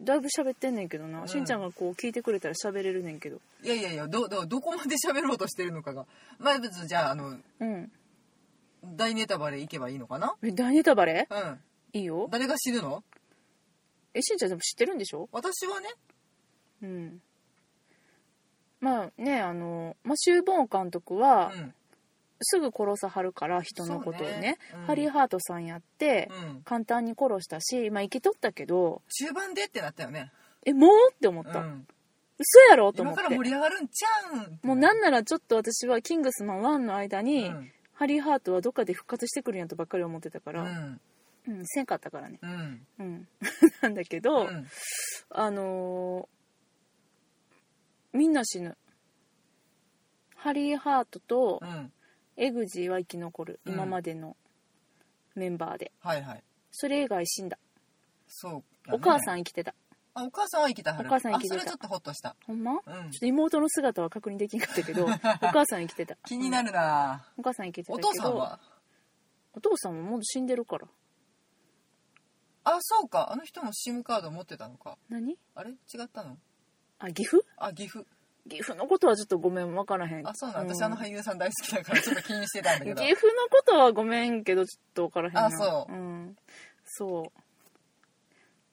S1: だいぶ喋ってんねんけどな、
S2: うん
S1: しんちゃんがこう聞いてくれたら喋れるねんけど
S2: いやいやいやどどどこまで喋ろうとしてるのかがまあ別にじゃああの
S1: うん
S2: 大ネタバレいけばいいのかな
S1: え大ネタバレ
S2: う
S1: いいよ
S2: ん誰が死ぬの
S1: えしんちゃんでも知ってるんでしょ
S2: 私はね
S1: うんまあねあのマシュー・ボーン監督は、
S2: うん
S1: すぐ殺さはるから人のことをね
S2: そうねうん
S1: ハリー・ハートさんやって、
S2: うん
S1: 簡単に殺したしまあ生きとったけど
S2: 中盤でってなったよね
S1: えもうって思っ
S2: う
S1: た、
S2: ん
S1: 嘘やろと思っ
S2: 今から
S1: て
S2: 盛り上がるんちゃうん
S1: もうなんならちょっと私は「キングスマン1」の間
S2: う
S1: に、
S2: ん
S1: ハリー・ハートはどっかで復活してくるんやとばっかり思ってたか
S2: う
S1: ら、うん
S2: ん
S1: せんかったからね、
S2: うん
S1: うん なんだけど、
S2: うん
S1: あのーみんな死ぬハリー・ハートと
S2: うん
S1: エグジーは生き残る、
S2: うん
S1: 今までのメンバーで
S2: はいはい
S1: それ以外死んだ、
S2: そう
S1: お母さ
S2: ん
S1: ん生きてた
S2: あお母さんは生きたはる
S1: お母さん生きてた
S2: あそれちょっとホッとした
S1: ほんま、
S2: う
S1: ちょ
S2: ん
S1: っと妹の姿は確認できなかった けどお母さん生きてた
S2: 気になるな
S1: お母さん生きてた
S2: お
S1: けど
S2: 父さんは
S1: お父さんももう死んでるから
S2: あそうかあの人も SIM カード持ってたのか
S1: 何
S2: あれ違ったの
S1: あ岐阜
S2: あ岐阜
S1: 岐阜のことはちょっとごめん分からへん
S2: あそうな
S1: ん
S2: ん私あの俳優さん大好きだからちょっと気にしてたん だ
S1: 岐
S2: けど
S1: 阜のことはごめんけどちょっと分からへんな
S2: あそう
S1: うん、そう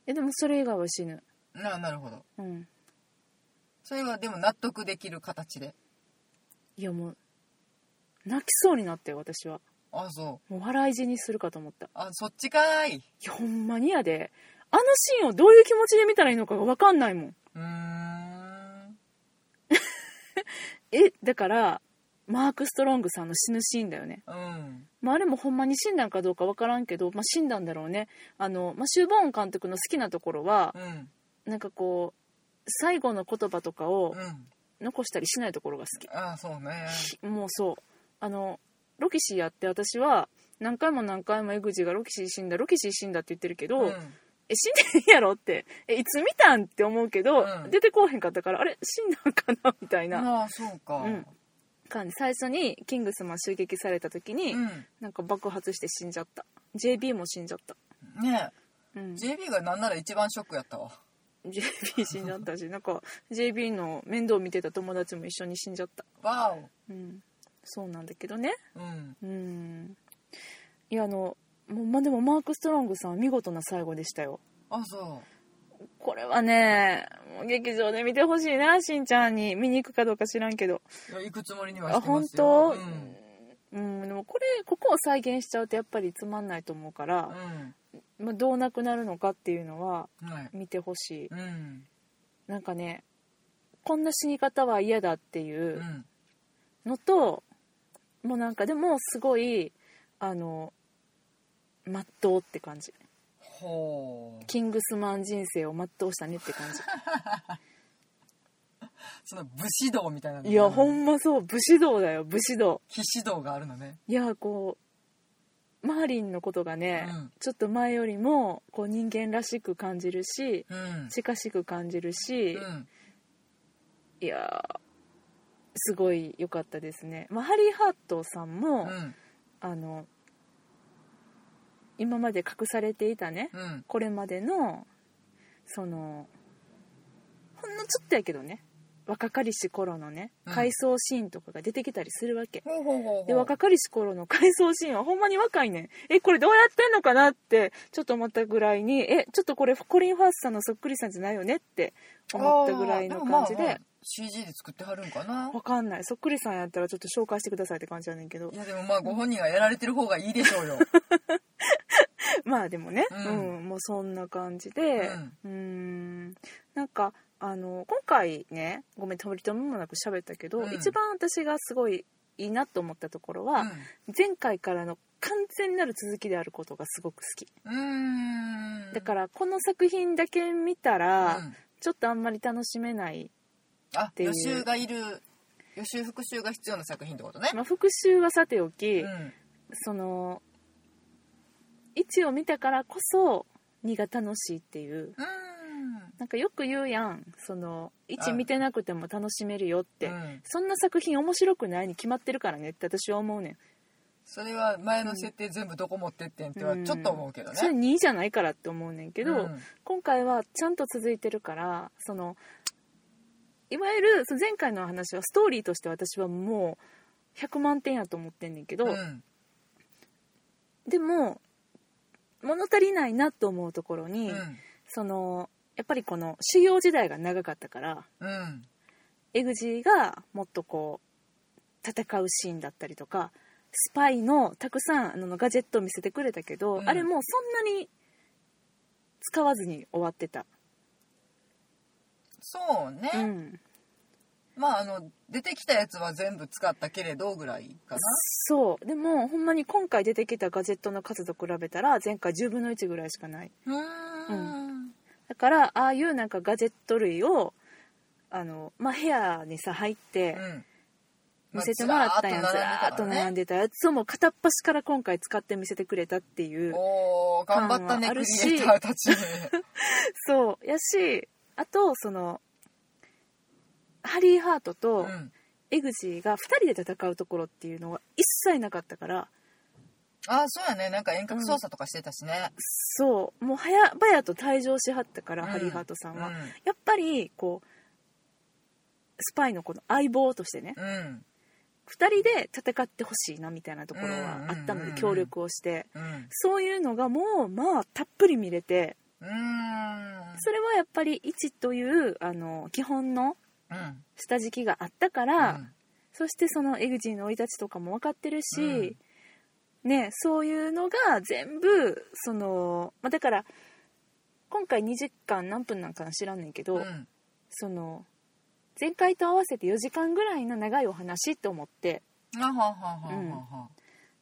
S1: えでもそれ以外は死ぬ
S2: ななるほど
S1: うん
S2: それはでも納得できる形で
S1: いやもう泣きそうになったよ私は
S2: あそう
S1: もう笑い死にするかと思ったい
S2: あそっちかーい
S1: やほんまにやであのシーンをどういう気持ちで見たらいいのかが分かんないもん
S2: うーん
S1: えだからマーク・ストロングさんの死ぬシーンだよね
S2: うん
S1: まあ、あれもほんまに死んだんかどうかわからんけど、まあ、死んだんだろうねあの、まあ、シューボーン監督の好きなところは
S2: うん
S1: なんかこう最後の言葉とかを
S2: うん
S1: 残したりしないところが好
S2: あそうね
S1: き、もうそうあのロキシーやって私は何回も何回もエグジがロキシー死んだロキシー死んだって言ってるけど、
S2: うん
S1: え死んでんやろってえいつ見たんって思うけど、
S2: うん
S1: 出てこうへんかったからあれ死んだんかなみたいな
S2: ああそうか
S1: うん感じ最初にキングスマン襲撃された時に、
S2: うん
S1: なんか爆発して死んじゃった JB も死んじゃった
S2: ね
S1: うん
S2: JB がなんなら一番ショックやったわ
S1: JB 死んじゃったしなんか JB の面倒見てた友達も一緒に死んじゃった
S2: わ
S1: う
S2: お
S1: んそうなんだけどね
S2: うん
S1: うんいやあのもうまあでもマーク・ストロングさん見事な最後でしたよ
S2: あそ
S1: これはねもう劇場で見てほしいなしんちゃんに見に行くかどうか知らんけど
S2: ういや行くつもりには
S1: あ
S2: してま
S1: 本
S2: すよ
S1: 当
S2: うん
S1: うんでもこれここを再現しちゃうとやっぱりつまんないと思うから、まあ、どうなくなるのかっていうのは
S2: うんはい
S1: 見てほしい
S2: うん
S1: なんかねこんな死に方は嫌だっていううんのと、もうなんかでもすごいあの全うって感じ
S2: ほう
S1: キングスマン人生を全うしたねって感じ
S2: その武士道みたいなの が
S1: いやほんまそう武士道だよ武士道
S2: 騎士道があるのね
S1: いやこうマーリンのことがね、
S2: うん
S1: ちょっと前よりもこう人間らしく感じるし
S2: うん
S1: 近しく感じるし、
S2: うん
S1: いやーすごい良かったですね、まあ、ハリー・ハートさんも、
S2: うん
S1: あの今まで隠されていたね
S2: うん
S1: これまでのそのほんのちょっとやけどね若かりし頃のね
S2: うん
S1: 回想シーンとかが出てきたりするわけ、
S2: ほうほうほうほう
S1: で若かりし頃の回想シーンはほんまに若いねんえこれどうやってんのかなってちょっと思ったぐらいにえちょっとこれコリン・ファースさんのそっくりさんじゃないよねって思ったぐらいの感じ
S2: あーもまあま
S1: で
S2: あ CG で作ってはるんかな
S1: わかんないそっくりさんやったらちょっと紹介してくださいって感じやねんけど
S2: いやでもまあご本人がやられてる方がいいでしょうよ
S1: まあでもね、う
S2: うんん
S1: もうそんな感じでうーんなんかあの今回ねごめん取り留めもなく喋ったけど、
S2: うん
S1: 一番私がすごいいいなと思ったところは、
S2: う
S1: 前回からの完全なる続きであることがすごく好き、
S2: ん
S1: だかららこの作品だけ見たら、
S2: うん
S1: ちょっとあんまり楽しめない、
S2: あ
S1: ていう
S2: 予習がいる予習復習が必要な作品ってことね、
S1: まあ、復習はさておき、
S2: うん
S1: その1を見たからこそ2が楽しいっていう
S2: うん
S1: なんかよく言うやんその1見てなくても楽しめるよって、
S2: うん
S1: そんな作品面白くないに決まってるからねって私は思うねん
S2: それは前の設定全部どこ持ってってんってはちょっと思うけどね
S1: それ2じゃないからって思うねんけど、
S2: うん
S1: 今回はちゃんと続いてるからそのいわゆるその前回の話はストーリーとして私はもう100万点やと思ってんねんけど、
S2: うん
S1: でも物足りないなと思うところに、
S2: うん
S1: そのやっぱりこの修行時代が長かったから
S2: うん
S1: エグジーがもっとこう戦うシーンだったりとかスパイのたくさんあのガジェットを見せてくれたけど、
S2: うん
S1: あれもうそんなに使わずに終わってた、
S2: そうね、
S1: うん、
S2: まああの出てきたやつは全部使ったけれどぐらいかな
S1: そうでもほんまに今回出てきたガジェットの数と比べたら前回10分の1ぐらいしかないう
S2: ーん
S1: だからああいうなんかガジェット類をあの、まあ、部屋にさ入って
S2: うん
S1: 見せてもらったやつ
S2: まあ
S1: ず
S2: ず
S1: ら
S2: ら
S1: ー
S2: ー
S1: っ
S2: っ
S1: と
S2: と並んでたからね
S1: 並んでたやつをもう片っ端から今回使って見せてくれたっていう
S2: おお頑張った
S1: 感
S2: ね
S1: はあ
S2: ク
S1: るし
S2: リエイターたち
S1: そうやしあとそのハリー・ハート
S2: う
S1: と
S2: ん
S1: エグジーが2人で戦うところっていうのは一切なかったから
S2: ああそうやねなんか遠隔操作とかしてたしね、
S1: そうもう早々と退場しはったから、
S2: うん
S1: ハリー・ハートさんは、
S2: うん
S1: やっぱりこうスパイのこの相棒としてね
S2: うん
S1: 2人で戦ってほしいなみたいなところはあったの
S2: うんうんうん
S1: で
S2: うん
S1: 協力をして
S2: うん
S1: そういうのがもうまあたっぷり見れて
S2: うーん
S1: それはやっぱり1というあの基本の
S2: うん
S1: 下敷きがあったか
S2: う
S1: ら、
S2: ん
S1: そしてそのエグジーの生い立ちとかも分かってるし、ねそういうのが全部その、まあ、だから今回2時間何分なんかな知らんねんけど、
S2: うん
S1: その前回と合わせて4時間ぐらいの長いお話と思って
S2: あははははは、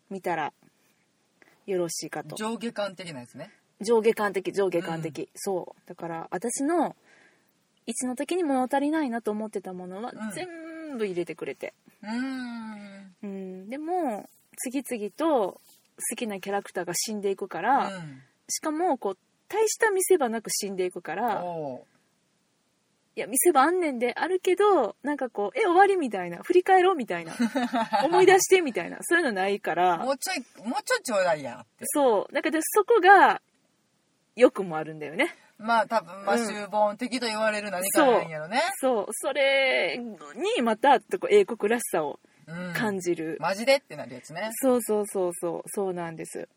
S1: 見たらよろしいかと
S2: 上下感的なやつね
S1: 上下感的上下感的、そうだから私の1の時に物足りないなと思ってたものは
S2: うん
S1: 全部入れてくれて、
S2: うーん
S1: うん、でも次々と好きなキャラクターが死んでいくから、
S2: うん
S1: しかもこう大した見せ場なく死んでいくから
S2: お
S1: いや見せ場あんねんであるけどなんかこう「え終わり」みたいな「振り返ろう」みた いな「思い出して」みたいなそういうのないか
S2: ーも
S1: ら
S2: うちょいもうちょいちょうだいやって
S1: そうだけどそこがよくもあるんだよね
S2: まあ多分まあ
S1: うん
S2: 終盤的と言われる何かなんやろね
S1: そうそれにまたこう英国らしさを
S2: うん
S1: 感じる、
S2: マジでってなるやつね
S1: そうそうそうそうそうなんです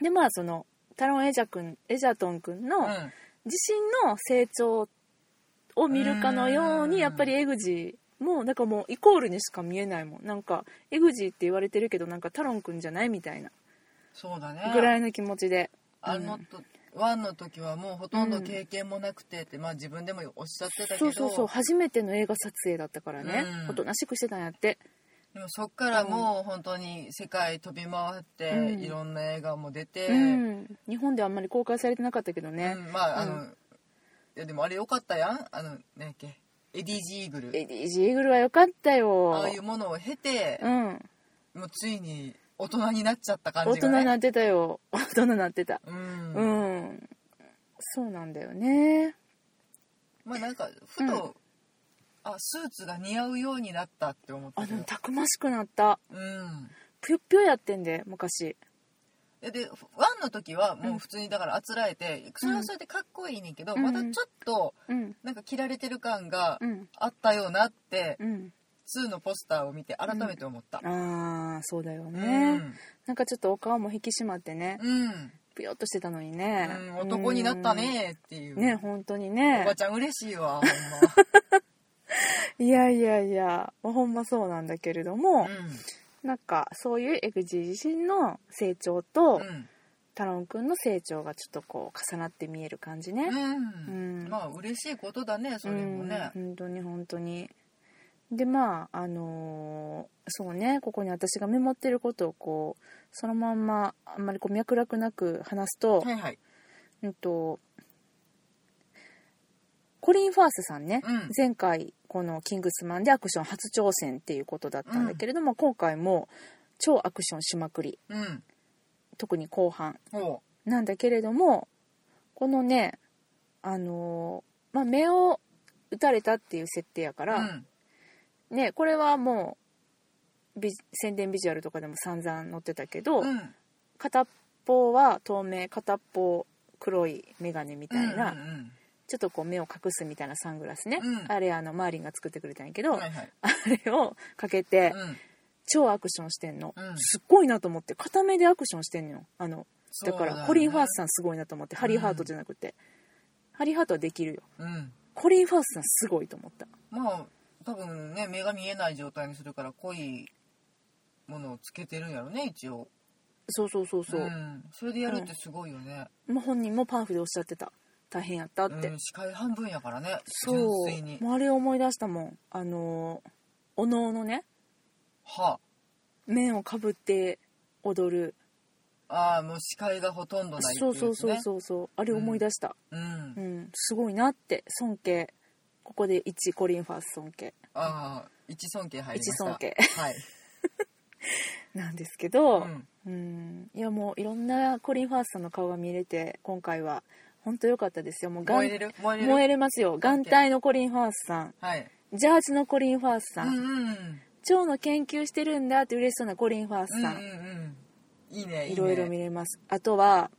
S1: でまあそのタロン・エジャ君エジャトン君の、
S2: うん
S1: 自身の成長を見るかのよう
S2: う
S1: に
S2: ん
S1: やっぱりエグジーもなんかもうイコールにしか見えないもんなんかエグジーって言われてるけどなんかタロンくんじゃないみたいな
S2: そうだね
S1: ぐらいの気持ちで
S2: あのと、ワンの時はもうほとんど経験もなくてって、まあ自分でもおっしゃってたけど
S1: そうそうそう初めての映画撮影だったからね
S2: うん
S1: おとなしくしてたんやって
S2: でもそっからもう本当に世界飛び回って、
S1: うん
S2: いろんな映画も出て、
S1: うん日本ではあんまり公開されてなかったけどね
S2: うんまああの、
S1: う
S2: いやでもあれよかったやんあの何やっけエディ・ジーグル
S1: エディ・ジーグルは良かったよ
S2: ああいうものを経て
S1: う、ん
S2: もうついに大人になっちゃった感
S1: 大
S2: じ
S1: 人
S2: が、ね、
S1: なってたよ大人なってた
S2: うん、
S1: うんそうなんだよね
S2: まあなんかふと、あスーツが似合うようになったって思っ
S1: あ
S2: たけ
S1: で
S2: ど
S1: もたくましくなった
S2: うん
S1: ぷよぷよやってんで昔
S2: でで1の時はもう普通にだからあつらえて、それはそれでかっこいいねんけど、
S1: うん
S2: またちょっと
S1: うん
S2: なんか切られてる感が
S1: うん
S2: あったよなって、
S1: うん
S2: 2のポスターを見て改めて思った。
S1: ああそうだよ
S2: うん
S1: ね、なんかちょっとお顔も引き締まってね
S2: うん
S1: ぷよっとしてたのにね、
S2: うん男になったねっていう、
S1: うんね本当に
S2: おば
S1: ね
S2: ちゃん嬉しいわほん
S1: いやいやいや、まあ、ほんまそうなんだけれども
S2: ま、う、ん
S1: なんかそういうエグジー自身の成長と、
S2: うん
S1: タロンくんの成長がちょっとこう重なって見える感じね、
S2: うん
S1: うん
S2: まあ嬉しいことだねそれもね
S1: うん、本当に本当にでまああのーそうねここに私がメモってることをこうそのまんまあんまりこう脈絡なく話すと、
S2: はいはい
S1: うんとコリン・ファースさんね、
S2: うん
S1: 前回この「キングスマン」でアクション初挑戦っていうことだったんだけれども、今回も超アクションしまくり
S2: うん
S1: 特に後半
S2: ほ
S1: なんだけれどもこのねあのーまあ目を打たれたっていう設定やか
S2: うう
S1: ら、
S2: ん
S1: ねこれはもうビジ宣伝ビジュアルとかでも散々載ってたけど、
S2: うん
S1: 片っぽは透明片っぽ黒い眼鏡みたいな、
S2: うんうん
S1: ちょっとこう目を隠すみたいなサングラスね、
S2: うん
S1: あれあのマーリンが作ってくれたんやけど、
S2: うんはいはい
S1: あれをかけて
S2: うん
S1: 超アクションしてんの、
S2: うん
S1: すっごいなと思って片目でアクションしてんのよあのだか
S2: そうだ
S1: ら
S2: ね
S1: コリン・ファースさんすごいなと思って、ハリー・ハートじゃなくてハリー・ハートはできるよ
S2: うん
S1: コリン・ファースさんすごいと思った
S2: まあ多分ね目が見えない状態にするから濃いものをつけてるんやろね一応
S1: そうそうそうそう、
S2: ん、それでやるってすごいよね、
S1: もう本人もパンフでおっしゃってた大変やったって、
S2: うん、視界半分やからね
S1: そう
S2: 純粋に
S1: もうあれ思い出したもんあのーおのおのね
S2: は
S1: 面をかぶって踊る、
S2: ああーもう視界がほとんどないってい
S1: そううそうそう
S2: う
S1: そうそうあれ思い出した、
S2: やつね、うん
S1: う、ん、すごいなって尊敬ここで1コリン・ファース尊敬
S2: ああ一尊敬入りました
S1: 一尊敬
S2: はい、
S1: なんですけど、
S2: うん
S1: うんいやもういろんなコリン・ファースさんの顔が見れて今回は本当良かったですよもう
S2: 燃えれる燃えれる
S1: 燃えれますよ眼帯のコリン・ファースさん
S2: はい
S1: ジャージのコリン・ファース
S2: う
S1: さ
S2: ん
S1: ん、
S2: うんうん
S1: 蝶の研究してるんだって嬉しそうなコリン・ファー
S2: う
S1: ス
S2: んう
S1: さん、
S2: んうんいいねいいね
S1: いろいろ見れますあとは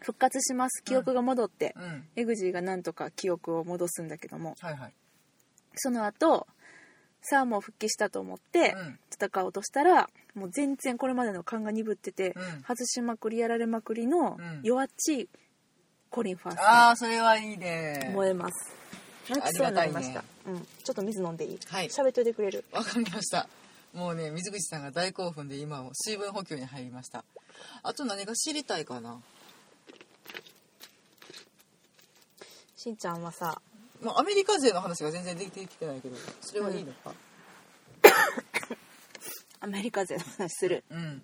S1: 復活します記憶が戻って、
S2: うん
S1: エグジーがなんとか記憶を戻すんだけども
S2: はいはい
S1: その後さあもう復帰したと思って
S2: うん
S1: 戦おうとしたら、もう全然これまでの勘が鈍ってて、
S2: うん
S1: 外しまくりやられまくりの
S2: うん
S1: 弱っちいコリン・ファース
S2: あ
S1: さ
S2: あそれはいいね
S1: ん燃えます泣きそうになりました、
S2: あり
S1: うん、ちょっと水飲んでいい、
S2: はい
S1: 喋っといてくれる
S2: わかりましたもうね水口さんが大興奮で今も水分補給に入りましたあと何が知りたいかな
S1: しんちゃんはさ
S2: まあアメリカ勢の話が全然できてきてないけどそれはいいのか
S1: アメリカ勢の話する
S2: うん、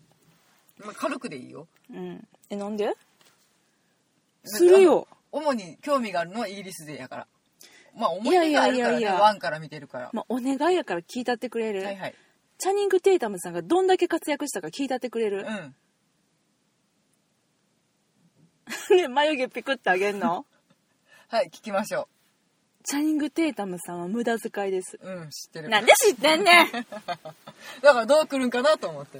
S2: まあ、軽くでいいよ
S1: うんえなんでするよ
S2: 主に興味があるのはイギリス勢やからまあ思い出があるか
S1: いやいや
S2: ら
S1: いやい
S2: ね
S1: や
S2: ワンから見てるから、
S1: まあ、お願いやから聞いたってくれる、
S2: はいはい
S1: チャニング・テイタムさんがどんだけ活躍したか聞いたってくれる
S2: う、ん
S1: ね眉毛ピクってあげんの
S2: はい聞きましょ
S1: チャニング・テイタムさんは無駄遣いです
S2: ううん知ってる
S1: なんで知ってんねん
S2: だからどう来るんかなと思って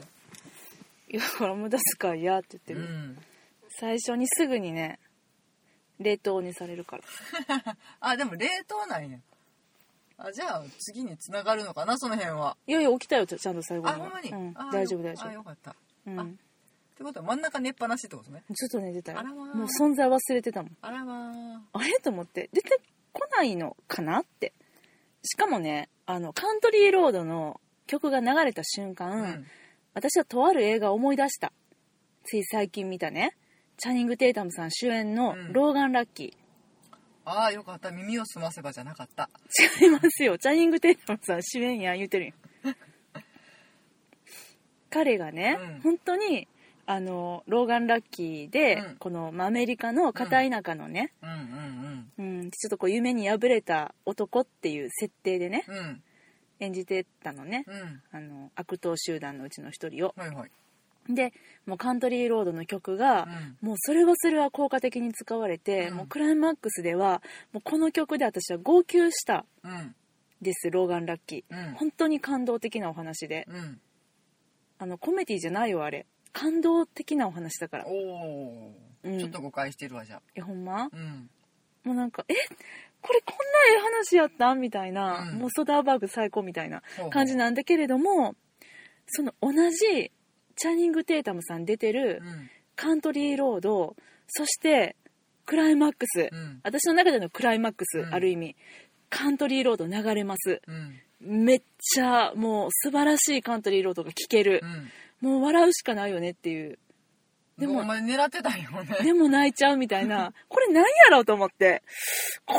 S1: いやこれ無駄遣いやって言って
S2: う
S1: る、
S2: ん
S1: 最初にすぐにね冷凍にされるから
S2: あでも冷凍なんやあじゃあ次に繋がるのかなその辺はい
S1: やいや起きたよちゃんと最後
S2: あ
S1: に
S2: ほんまに、
S1: うん
S2: あ、
S1: 大丈夫
S2: よ
S1: 大
S2: あ
S1: 丈
S2: よかったっ
S1: 夫、う
S2: あ
S1: ん、
S2: てことは真ん中寝っぱなしってことね
S1: ちょっと寝てたよ
S2: あらまあ
S1: もう存在忘れてたもん
S2: あらまあ
S1: あれと思って出てこないのかなってしかもねあのカントリーロードの曲が流れた瞬間、
S2: うん
S1: 私はとある映画を思い出したつい最近見たねチャニング・テイタムさん主演の
S2: う
S1: 「
S2: ん
S1: ローガン・ラッキー」
S2: ああよかった耳を澄ませばじゃなかった
S1: 違いますよチャニング・テイタムさん主演や言うてるやん彼がね、
S2: うん
S1: 本当にあのローガン・ラッキーで、
S2: うん
S1: このまあアメリカの片田舎のね、
S2: うんうん
S1: うん、ちょっとこう夢に敗れた男っていう設定でね、
S2: うんうん
S1: 演じてたのね、
S2: うん
S1: あの悪党集団のうちの一人を
S2: はいはい
S1: でもうカントリーロードの曲が、
S2: うん
S1: もうそれはそれは効果的に使われて、
S2: うん
S1: もうクライマックスではもうこの曲で私は号泣した
S2: うん
S1: ですローガン・ラッキー、
S2: うん
S1: 本当に感動的なお話で、
S2: うん
S1: あのコメディじゃないよあれ感動的なお話だからい
S2: おお、
S1: うん
S2: ちょっと誤解してるわじゃ
S1: やほんま
S2: あうん
S1: もうなんかえこれこんなええ話やったんみたいな、
S2: うん
S1: もうソダーバーグ最高みたいな
S2: ほうほう
S1: 感じなんだけれどもその同じチャニング・テータムさん出てる
S2: うん
S1: カントリーロードそしてクライマックス、
S2: うん
S1: 私の中でのクライマックス、
S2: うん
S1: ある意味カントリーロード流れます
S2: うん
S1: めっちゃもう素晴らしいカントリーロードが聴ける
S2: う、ん
S1: もう笑うしかないよねっていうで
S2: で
S1: も
S2: もお前狙ってたよね
S1: でも泣いちゃうみたい なこれ何やろうと思ってこ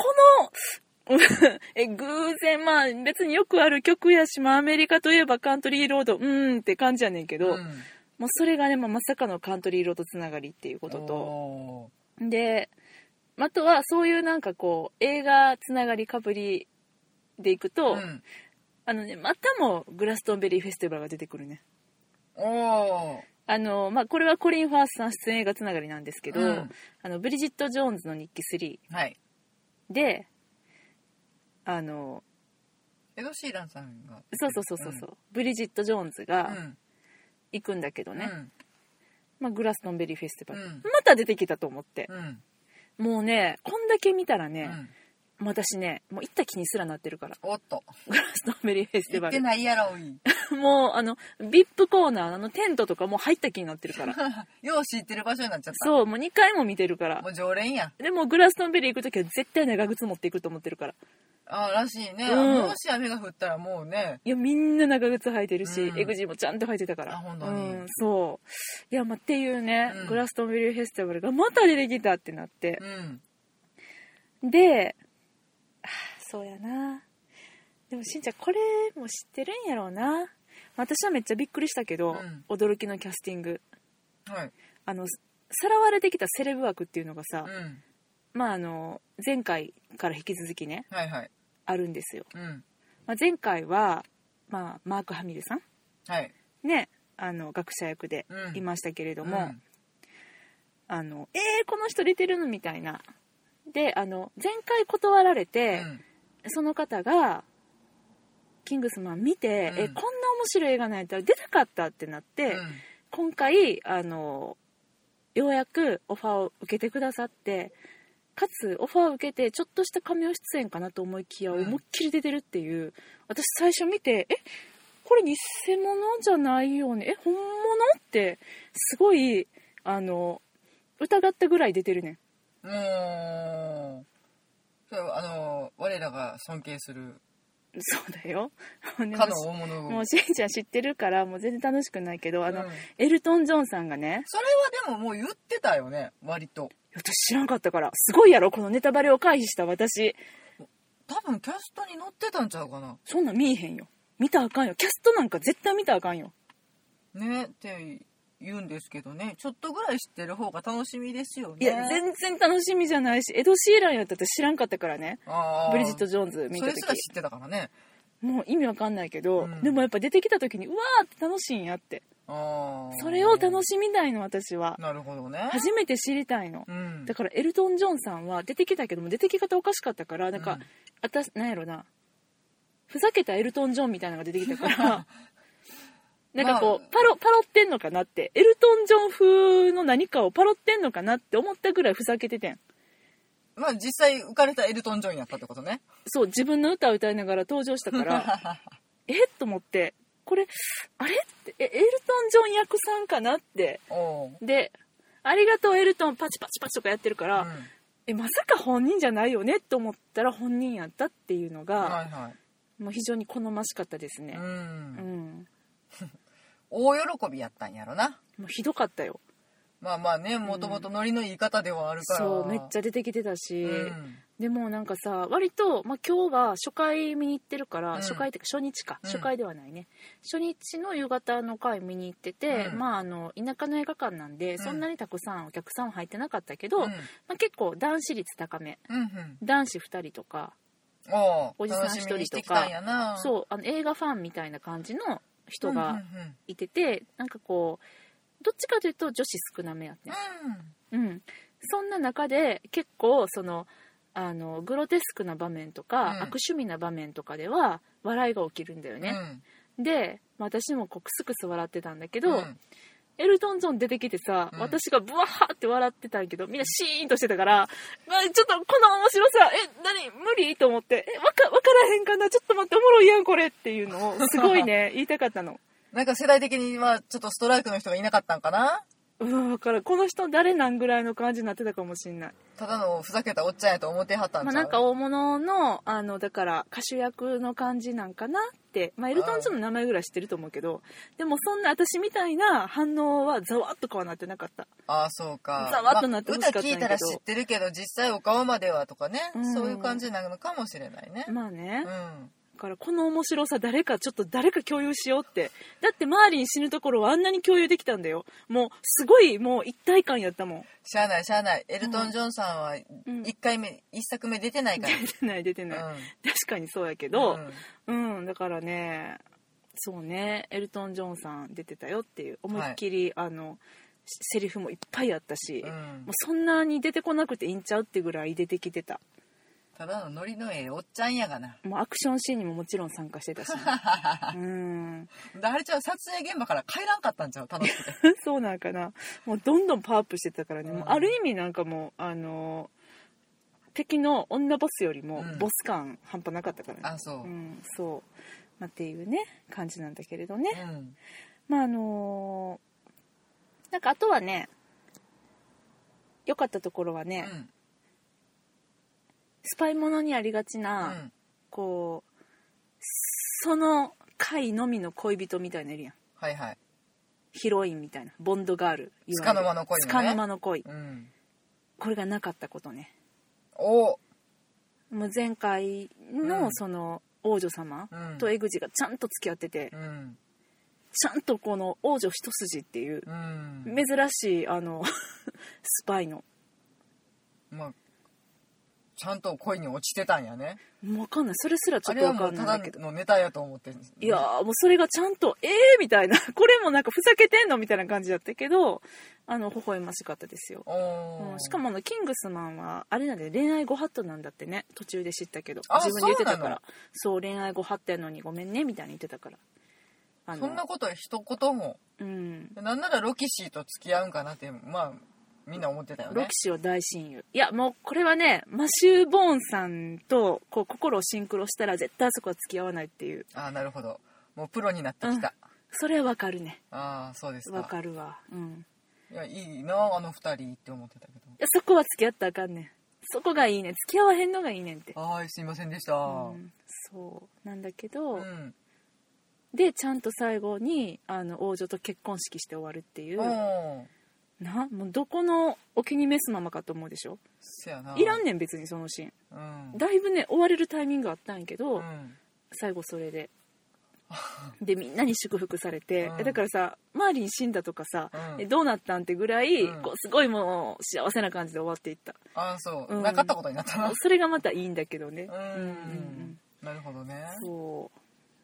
S1: の え偶然まあ別によくある曲やし、まあ、アメリカといえばカントリーロードうーんって感じやねんけど、
S2: うん
S1: もうそれがね、まあ、まさかのカントリーロードつながりっていうことと。
S2: お
S1: であとはそういうなんかこう映画つながりかぶりでいく
S2: ー
S1: と、
S2: うん
S1: あのねまたもグラストンベリーフェスティバルが出てくるね
S2: おー
S1: あのまあこれはコリン・ファースさん出演映画つながりなんですけど、
S2: うん
S1: あのブリジット・ジョーンズの日記
S2: はい
S1: 3であの
S2: エド・シーランさんが
S1: そうそうそうそうそう、ブリジット・ジョーンズ
S2: う
S1: が
S2: ん
S1: 行くんだけど
S2: う
S1: ね、
S2: ん
S1: まあ、グラストンベリーフェスティバル、
S2: うん
S1: また出てきたと思って
S2: う、ん
S1: もうねこんだけ見たら
S2: う
S1: ね、
S2: ん
S1: もう私ねもう行った気にすらなってるから
S2: おっと
S1: グラストンベリーフェスティ
S2: 言
S1: バ
S2: っ
S1: ル
S2: てないやろい
S1: もうあの VIP コーナーのあのテントとかもう入った気になってる から
S2: よう知ってる場所になっちゃった
S1: そうもう2回も見てるから
S2: もう常連や
S1: でもグラストンベリー行く時は絶対長靴持っていくと思ってるから
S2: あーらしいね、
S1: うん
S2: もし雨が降ったらもうね
S1: いやみんな長靴履いてるし、
S2: うん
S1: エグジーもちゃんと履いてたから
S2: あ本当に
S1: うん、そういやまあっていうね、
S2: うん
S1: グラストンベリーフェスティバルがまた出てきたってなって
S2: う、ん
S1: であーそうやなでもしんちゃんこれも知ってるんやろうな私はめっちゃびっくりしたけど、
S2: うん
S1: 驚きのキャスティング
S2: はい
S1: あのさらわれてきたセレブ枠っていうのがさ、
S2: うん
S1: まああの前回から引き続きね
S2: はいはい
S1: あるんですよ、
S2: うん
S1: まあ、前回は、まあ、マーク・ハミルさん
S2: はい
S1: ねあの学者役で
S2: うん
S1: いましたけれど
S2: う
S1: も、
S2: ん
S1: あのえー、この人出てるのみたいなであの前回断られ
S2: う
S1: て、
S2: ん
S1: その方が「キングスマン」見て、
S2: うん
S1: えこんな面白い映画なんやったら出たかったってなって、
S2: うん
S1: 今回あのようやくオファーを受けてくださってかつオファーを受けてちょっとしたcameo 出演かなと思いきや
S2: うん
S1: 思いっきり出てるっていう、私最初見てえこれ偽物じゃないよねえ本物ってすごいあの疑ったぐらい出てるねん
S2: もうそうあの我らが尊敬する
S1: そうだよね
S2: かの大物
S1: もうしんちゃん知ってるからもう全然楽しくないけどあの、
S2: うん
S1: エルトン・ジョンさんがね
S2: それはでももう言ってたよね割と
S1: 私知らんかったからすごいやろこのネタバレを回避した私
S2: 多分キャストに載ってたんちゃうかな
S1: そんなん見えへんよ見たらあかんよキャストなんか絶対見たらあかんよ
S2: ねって言うんですけどねちょっとぐらい知ってる方が楽しみですよね
S1: いや、全然楽しみじゃないしエド・シーランやったって知らんかったからね
S2: あー
S1: ブリジット・ジョーンズ見
S2: そ
S1: た
S2: れ
S1: 時
S2: すら知ってたからね
S1: もう意味わかんないけど、
S2: うん
S1: でもやっぱ出てきた時にうわーって楽しいんやって
S2: あー
S1: それを楽しみたいの私は
S2: なるほどね
S1: 初めて知りたいの
S2: うん
S1: だからエルトン・ジョンさんは出てきたけども出てき方おかしかったからなんか、
S2: うん
S1: 私なんやろなふざけたエルトン・ジョンみたいなのが出てきたから なんかこう、
S2: まあ
S1: パロパロってんのかなってエルトン・ジョン風の何かをパロってんのかなって思ったぐらいふざけててん
S2: まあ実際浮かれたエルトン・ジョンやったってことね
S1: そう自分の歌を歌いながら登場したから えっと思ってこれあれってえエルトン・ジョン役さんかなって
S2: おー
S1: で「ありがとうエルトンパチパチパチ」とかやってるから、
S2: うん
S1: えまさか本人じゃないよねと思ったら本人やったっていうのが、
S2: はいは
S1: もう非常に好ましかったです
S2: い、う
S1: ねうん、
S2: ん、大喜びやったんやろな
S1: もうひどかったよ
S2: まあまあねもともとノリのいい方ではあるから
S1: そうめっち
S2: ゃ
S1: ゃ出てきてたし、
S2: うん
S1: でもなんかさ割と、まあ、今日は初回見に行ってるから、
S2: うん
S1: 初回ってか初日か、
S2: うん
S1: 初回ではないね初日の夕方の回見に行ってて、
S2: うん
S1: まああの田舎の映画館なんで、
S2: ん
S1: そんなにたくさんお客さんは入ってなかったけど、
S2: うん
S1: まあ、結構男子率高め
S2: うんうん
S1: 男子2人とか、
S2: お
S1: お
S2: お
S1: じさん
S2: 楽
S1: 一
S2: し
S1: 人とか
S2: みにしてきたんやなう
S1: そうあの映画ファンみたいな感じの人が
S2: んうん
S1: いてて、なんかこうどっちかというと女子少なめやってん
S2: うんうん
S1: うん、そんな中で結構そのあのグロテスクな場面とか、
S2: うん
S1: 悪趣味な場面とかでは笑いが起きるんだよね、で、まあ私もこうクスクス笑ってたんだけど、
S2: うん
S1: エルトン・ジョン出てきてさ、
S2: うん
S1: 私がブワーって笑ってたんやけど、みんなシーンとしてたから、まあ、ちょっとこの面白さ、え、何無理と思って、え、わか、わからへんかなちょっと待って、おもろいやん、これっていうのを、すごい ね、言いたかったの。
S2: なんか世代的にはちょっとストライクの人がいなかったんかな
S1: うわ、わからんこの人誰なんぐらいの感じになってたかもしんない。
S2: ただのふざけたおっちゃんやと思ってはったんち
S1: ま
S2: ゃ
S1: あ、な
S2: う、
S1: んか大物の、あの、だから、歌手役の感じなんかなって、まあ、エルトン・ジョンの名前ぐらい知ってると思うけど、でもそんな私みたいな反応はざわっとかはなってなかった。
S2: ああそうか
S1: ざわっとなってほしかったんや
S2: まあ、歌聞
S1: けど
S2: いたら知ってるけど実際お顔まではとかね、
S1: うん
S2: そういう感じなのかもしれないね、
S1: まあね。
S2: うん
S1: だからこの面白さ誰かちょっと誰か共有しようってだってマーリン死ぬところはあんなに共有できたんだよもうすごいもう一体感やったもん
S2: しゃあないしゃあないエルトン・ジョンさんは
S1: ん
S2: 1回目、一1作目出てないか
S1: 出てない出てない、
S2: ら、うん
S1: 確かにそうやけど
S2: うん
S1: うん、だからねそうねエルトン・ジョンさん出てたよっていう思いっきり、あのしセリフもいっぱいあったし、
S2: うん
S1: もうそんなに出てこなくていいんちゃうってぐらい出てきてた
S2: ただのノリのええおっちゃんやがな
S1: もうアクションシーンにももちろん参加して たし、うん
S2: であれちゃう撮影現場から帰らんかったんちゃう楽しくて
S1: そうなんかなもうどんどんパワーアップしてたからね、
S2: うん
S1: もうある意味なんかもうあの敵の女ボスよりも
S2: うん
S1: ボス感半端なかったからね、
S2: あそう、
S1: う
S2: うん
S1: ん、そう、まあ、っていうね感じなんだけれどね、まああのーなんかあとはね良かったところは
S2: う
S1: ね、
S2: ん
S1: スパイものにありがちな、
S2: うん
S1: こうその回のみの恋人みたいなのいるやん
S2: はいはい
S1: ヒロインみたいなボンドガールいわゆる
S2: つかの間の恋のね
S1: つかの間の恋
S2: うん
S1: これがなかったことね
S2: お
S1: もう前回
S2: う
S1: の
S2: ん
S1: その王女様
S2: うん
S1: とエグジがちゃんと付き合ってて、
S2: うん
S1: ちゃんとこの王女一筋っていう
S2: うん
S1: 珍しいあの スパイの
S2: まあちゃんと恋に落ちてたんやね
S1: もうわかんないそれすらちょっ
S2: あれ
S1: と
S2: は
S1: わ
S2: も
S1: か
S2: うんた
S1: な
S2: だ
S1: いけど
S2: のネタやと思ってんです
S1: いやーもうそれがちゃんとええー、みたいな これもなんかふざけてんのみたいな感じだったけどあの微笑ましかったですよ、
S2: お
S1: う
S2: ー
S1: ん、しかもあのキングスマンはあれなんで恋愛ご法度なんだってね途中で知ったけど
S2: あ
S1: 自分で言ってた
S2: そう
S1: か
S2: な
S1: ら
S2: の
S1: そう恋愛ご法度やのにごめんねみたいに言ってたからあ
S2: そんなこと一言も
S1: うん
S2: なんならロキシーと付き合うんかなってまあみんな思ってたよ
S1: ロ
S2: ね
S1: キシーは大親友いやもうこれはねマシュー・ボーンさんとこう心をシンクロしたら絶対あそこは付き合わないっていう
S2: ああなるほどもうプロになってきた、
S1: それはわかるね
S2: ああそうですか
S1: わかるわうん
S2: いやいいなあの二人って思ってたけ
S1: いやそこは付き合ったらあかんねんそこがいいねん付き合わへんのがいいねんって
S2: どはいすいませんでした
S1: う
S2: うん
S1: そうなんだけど、
S2: ん
S1: でちゃんと最後にあの王女と結婚式して終わるっていう、
S2: うん
S1: なもうどこのお気に召すままかと思うでしょ
S2: せやない
S1: らんねん別にそのシーン
S2: うん
S1: だいぶね終われるタイミングあったんやけど、
S2: うん
S1: 最後それ ででみんなに祝福されて、
S2: うん
S1: えだからさマーリン死んだとかさ、
S2: うん
S1: えどうなったんってぐらい、
S2: うん
S1: こうすごいもう幸せな感じで終わっていった
S2: ああそう、
S1: うん
S2: なかったことになったな
S1: それがまたいいんだけどね
S2: うん、
S1: うんうん
S2: なるほどね
S1: うんそ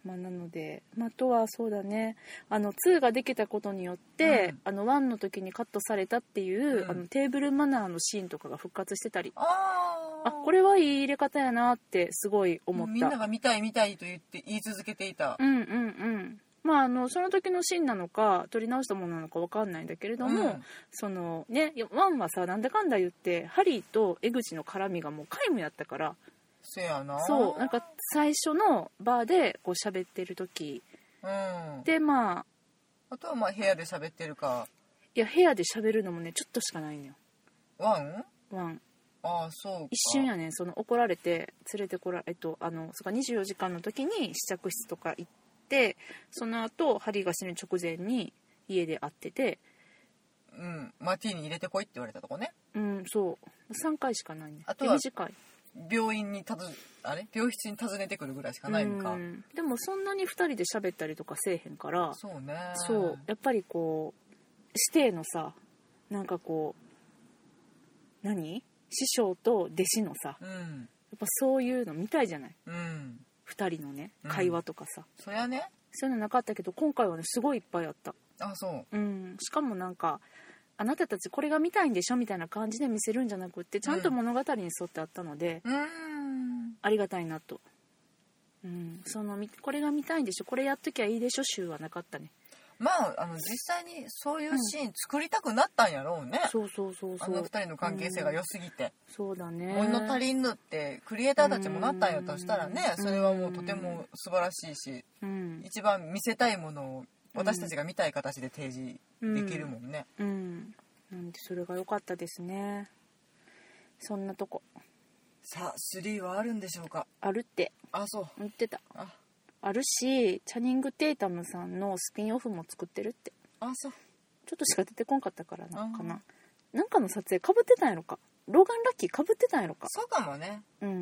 S1: う、まあ、なので、まあ、あとはそうだねあの2ができたことによって、あの1の時にカットされたっていう、
S2: うん
S1: あのテーブルマナーのシーンとかが復活してたり
S2: ああ
S1: あこれはいい入れ方やなってすごい思った
S2: みんなが見たい見たいと言って言い続けていた、
S1: うんうんうんまああのその時のシーンなのか撮り直したものなのかわかんないんだけれども、
S2: うん
S1: そのねワンはさなんだかんだ言ってハリーとエグジの絡みがもう皆無やったから
S2: せやな
S1: そうなんか最初のバーでこう喋ってる時
S2: うんあ
S1: でまあ
S2: とはまあ部屋で喋ってるか
S1: いや部屋で喋るのもねちょっとしかないのよ
S2: ワン
S1: ワン
S2: ああそうか
S1: 一瞬やねんその怒られて連れてこらえっとあのそっか24時間の時に試着室とか行ってその後ハリーが死ぬ直前に家で会ってて
S2: うんマティーに入れてこいって言われたとこね
S1: うんそう3回しかないね
S2: あとは
S1: 短い
S2: 病院にたずあれ病室に訪ねてくるぐらいしかないのか
S1: うんでもそんなに2人で喋ったりとかせえへんから
S2: そうね
S1: そうやっぱりこう師弟のさなんかこう何師匠と弟子のさや
S2: うん
S1: っぱそういうの見たいじゃない
S2: うん
S1: 2人のね
S2: うん
S1: 会話とかさ、
S2: そやね
S1: そういうのなかったけど今回はねすごいいっぱいあった、
S2: あそう
S1: うん、しかもなんかあなたたちこれが見たいんでしょみたいな感じで見せるんじゃなくってちゃんと
S2: うん
S1: 物語に沿ってあったので、
S2: うーん
S1: ありがたいなと、うん、そのみこれが見たいんでしょこれやっときゃいいでしょ集はなかったね
S2: まああの実際にそういうシーン作りたくなったんやろうね、
S1: そうそうそう
S2: あ
S1: そう
S2: の二人の関係性が良すぎて、
S1: そうだね
S2: 物足りぬってクリエイターたちもなったんやとしたらね
S1: うん
S2: それはもうとても素晴らしいし
S1: うん
S2: 一番見せたいものを私たちが見たい形で提示できるもんね、
S1: うんなんでそれが良かったですねそんなとこ
S2: さあ3はあるんでしょうか
S1: あるって
S2: あそう
S1: 言ってた
S2: あ
S1: あるしチャニング・テイタムさんのスピンオフも作ってるって
S2: あそう
S1: ちょっとしか出てこんかったからな
S2: あー
S1: かななんかの撮影かぶってたんやろかローガン・ラッキーかぶってたんやろか
S2: そうかもね
S1: うん、
S2: う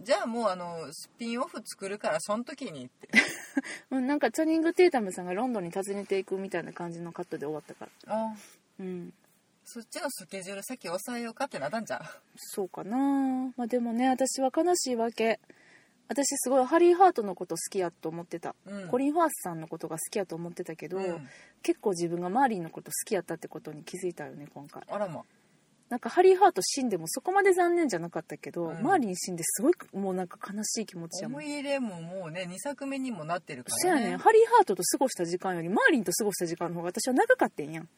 S2: んじゃあもうあのスピンオフ作るからその時にって
S1: うん、なんかチャニング・テイタムさんがロンドンに訪ねていくみたいな感じのカットで終わったから
S2: あ
S1: うん
S2: そっちのスケジュール先抑えようかってなったんじゃん
S1: そうかなまあでもね私は悲しいわけ私すごいハリー・ハートのこと好きやと思ってた、
S2: うん
S1: コリン・ファースさんのことが好きやと思ってたけど、
S2: うん
S1: 結構自分がマーリンのこと好きやったってことに気づいたよね今回
S2: あらま
S1: なんかハリー・ハート死んでもそこまで残念じゃなかったけど、
S2: うん
S1: マーリン死んですごいもうなんか悲しい気持ちやも
S2: 思
S1: ん
S2: い入れももうね2作目にもなってるか
S1: そうや
S2: ら
S1: ねん
S2: ね
S1: ハリー・ハートと過ごした時間よりマーリンと過ごした時間の方が私は長かったんやん、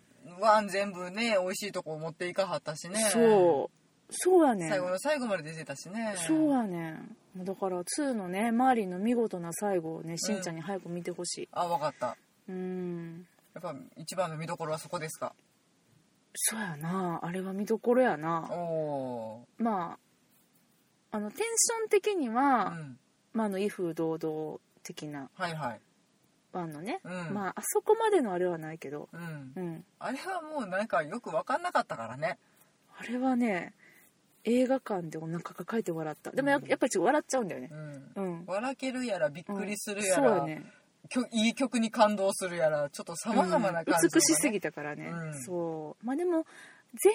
S2: ワン全部ね美味しいとこ持っていかはったしね
S1: そうそうやねん
S2: 最後の最後まで出てたしね
S1: そうやねんもうだから2のねマーリンの見事な最後をねしんちゃんに早く見てほし
S2: あわかった
S1: いうん
S2: やっぱ一番の見どころはそこですか
S1: そうやなあれは見どころや
S2: お
S1: な
S2: お
S1: まああのテンション的に
S2: ー、う
S1: は、
S2: ん、
S1: まあ、あの威風堂々的な
S2: はいはい
S1: ワンのね、
S2: うん
S1: まああそこまでのあれはないけど
S2: うん
S1: うん
S2: あれはもうなんかよく分かんなかったからね
S1: あれはね映画館でお腹抱えて笑ったでもや
S2: うん
S1: やっぱりちょっと笑っちゃうんだよね
S2: うん
S1: うん、
S2: 笑けるやらびっ
S1: うん
S2: くりするやら、
S1: そうやね
S2: きょいい曲に感動するやらちょっとさまざまな感
S1: う
S2: じ、
S1: ん美しすぎたからね、
S2: うん
S1: そうまあでも前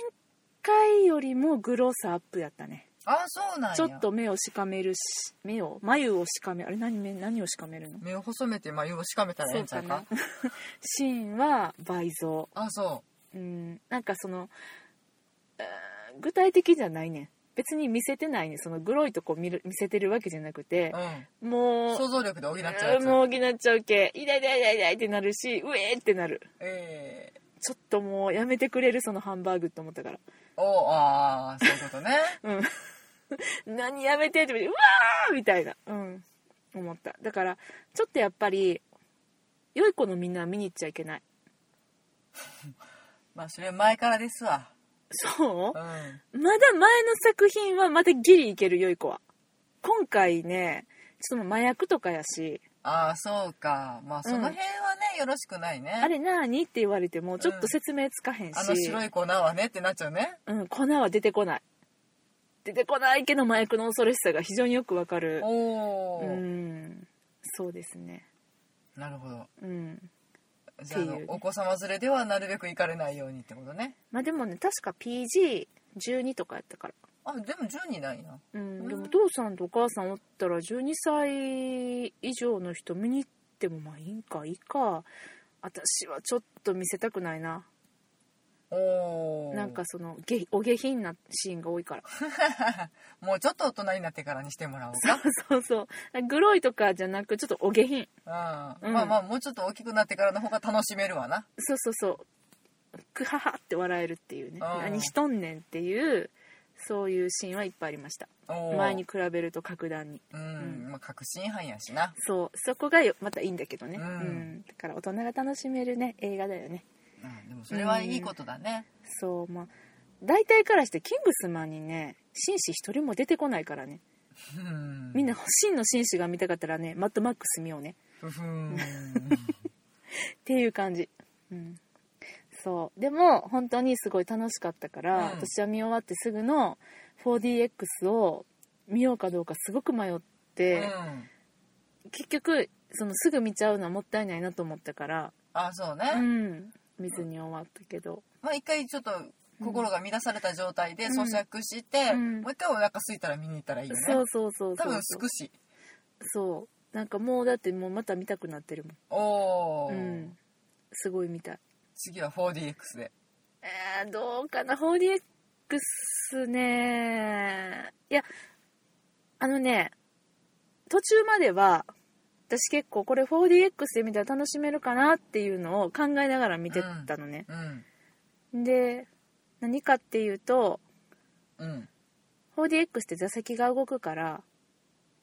S1: 回よりもグロさアップやったね
S2: あそうなんや
S1: ちょっと目をしかめるし目を眉をしかめあれ何目何をしかめるの
S2: 目を細めて眉をしかめたらえ
S1: そ
S2: え
S1: うん
S2: ち
S1: か
S2: ゃう
S1: な
S2: か
S1: シーンは倍増
S2: あそ
S1: うんなんかそのうーん具体的じゃないねん別に見せてないねんそのグロいとこ見る見せてるわけじゃなくて
S2: う、うん、
S1: もう
S2: 想像力で補っちゃうやつ
S1: もう補っちゃう系痛い痛い痛い痛いってなるしうえーってなる
S2: ええ
S1: ちょっともうやめてくれるそのハンバーグって思ったから
S2: おああそういうこ とね
S1: うん、何やめてって言ってうわーみたいな、うん、思っただからちょっとやっぱり良い子のみんなは見に行っちゃいけない
S2: まあそれは前からですわ
S1: そううんまだ前の作品はまたギリいける良い子は今回ねちょっともう麻薬とかやし
S2: ああそうかまあその辺はね、よろしくないね
S1: あれなーにって言われてもちょっと説明つかへんし、
S2: あの白い粉はねってなっちゃうね
S1: うん、粉は出てこない出てこないけど麻薬の恐ろしさが非常によくわかる
S2: おお、
S1: うんそうですね
S2: なるほど
S1: うん
S2: じゃああ
S1: ってい
S2: の
S1: うね
S2: お子様連れではなるべく行かれないようにってことね
S1: まあでもね確か PG12 とかやったから、
S2: あでも10人ないな
S1: うん、
S2: うん
S1: でもお父さんとお母さんおったら12歳以上の人見に行ってもまあいいんかいいか私はちょっと見せたくないな
S2: おお
S1: なんかその下お下品なシーンが多いから
S2: もうちょっと大人になってからにしてもらおうか
S1: そうそうグロいとかじゃなくちょっとお下品
S2: う
S1: う
S2: ん
S1: ん
S2: まあまあもうちょっと大きくなってからの方が楽しめるわな
S1: そうそうそうクハハって笑えるっていうね
S2: あー
S1: 何しとんねんっていうそういうシーンはいっぱいありました
S2: おー
S1: 前に比べると格段に
S2: うん、まあ、確信犯やしな
S1: そうそこがよまたいいんだけどね、う
S2: うんん
S1: だから大人が楽しめるね映画だよね
S2: うんでもそれはいいことだね
S1: そうまあ大体からしてキングスマンにね紳士一人も出てこないからね
S2: うん
S1: みんな真の紳士が見たかったらねマッドマックス見ようね
S2: ふふーん
S1: っていう感じうんそうでも本当にすごい楽しかったから、
S2: うん
S1: 私は見終わってすぐの 4DX を見ようかどうかすごく迷っ
S2: う
S1: て、
S2: ん
S1: 結局そのすぐ見ちゃうのはもったいないなと思ったから
S2: あそうね、
S1: うん見ずに終わったけど
S2: まあ一回ちょっと心が乱された状態で
S1: うん
S2: 咀嚼して、
S1: うん
S2: もう一回お腹空いたら見に行ったらいいよね
S1: そうそうそうそう
S2: 多分すくし
S1: そうなんかもうだってもうまた見たくなってる
S2: おお、
S1: もんうんすごい見たい
S2: 次は 4DX で
S1: えー、どうかな 4DX ねいやあのね途中までは私結構これ 4DX で見たら楽しめるかなっていうのを考えながら見てたのね、
S2: うん
S1: で何かっていうと
S2: うん
S1: 4DX って座席が動くから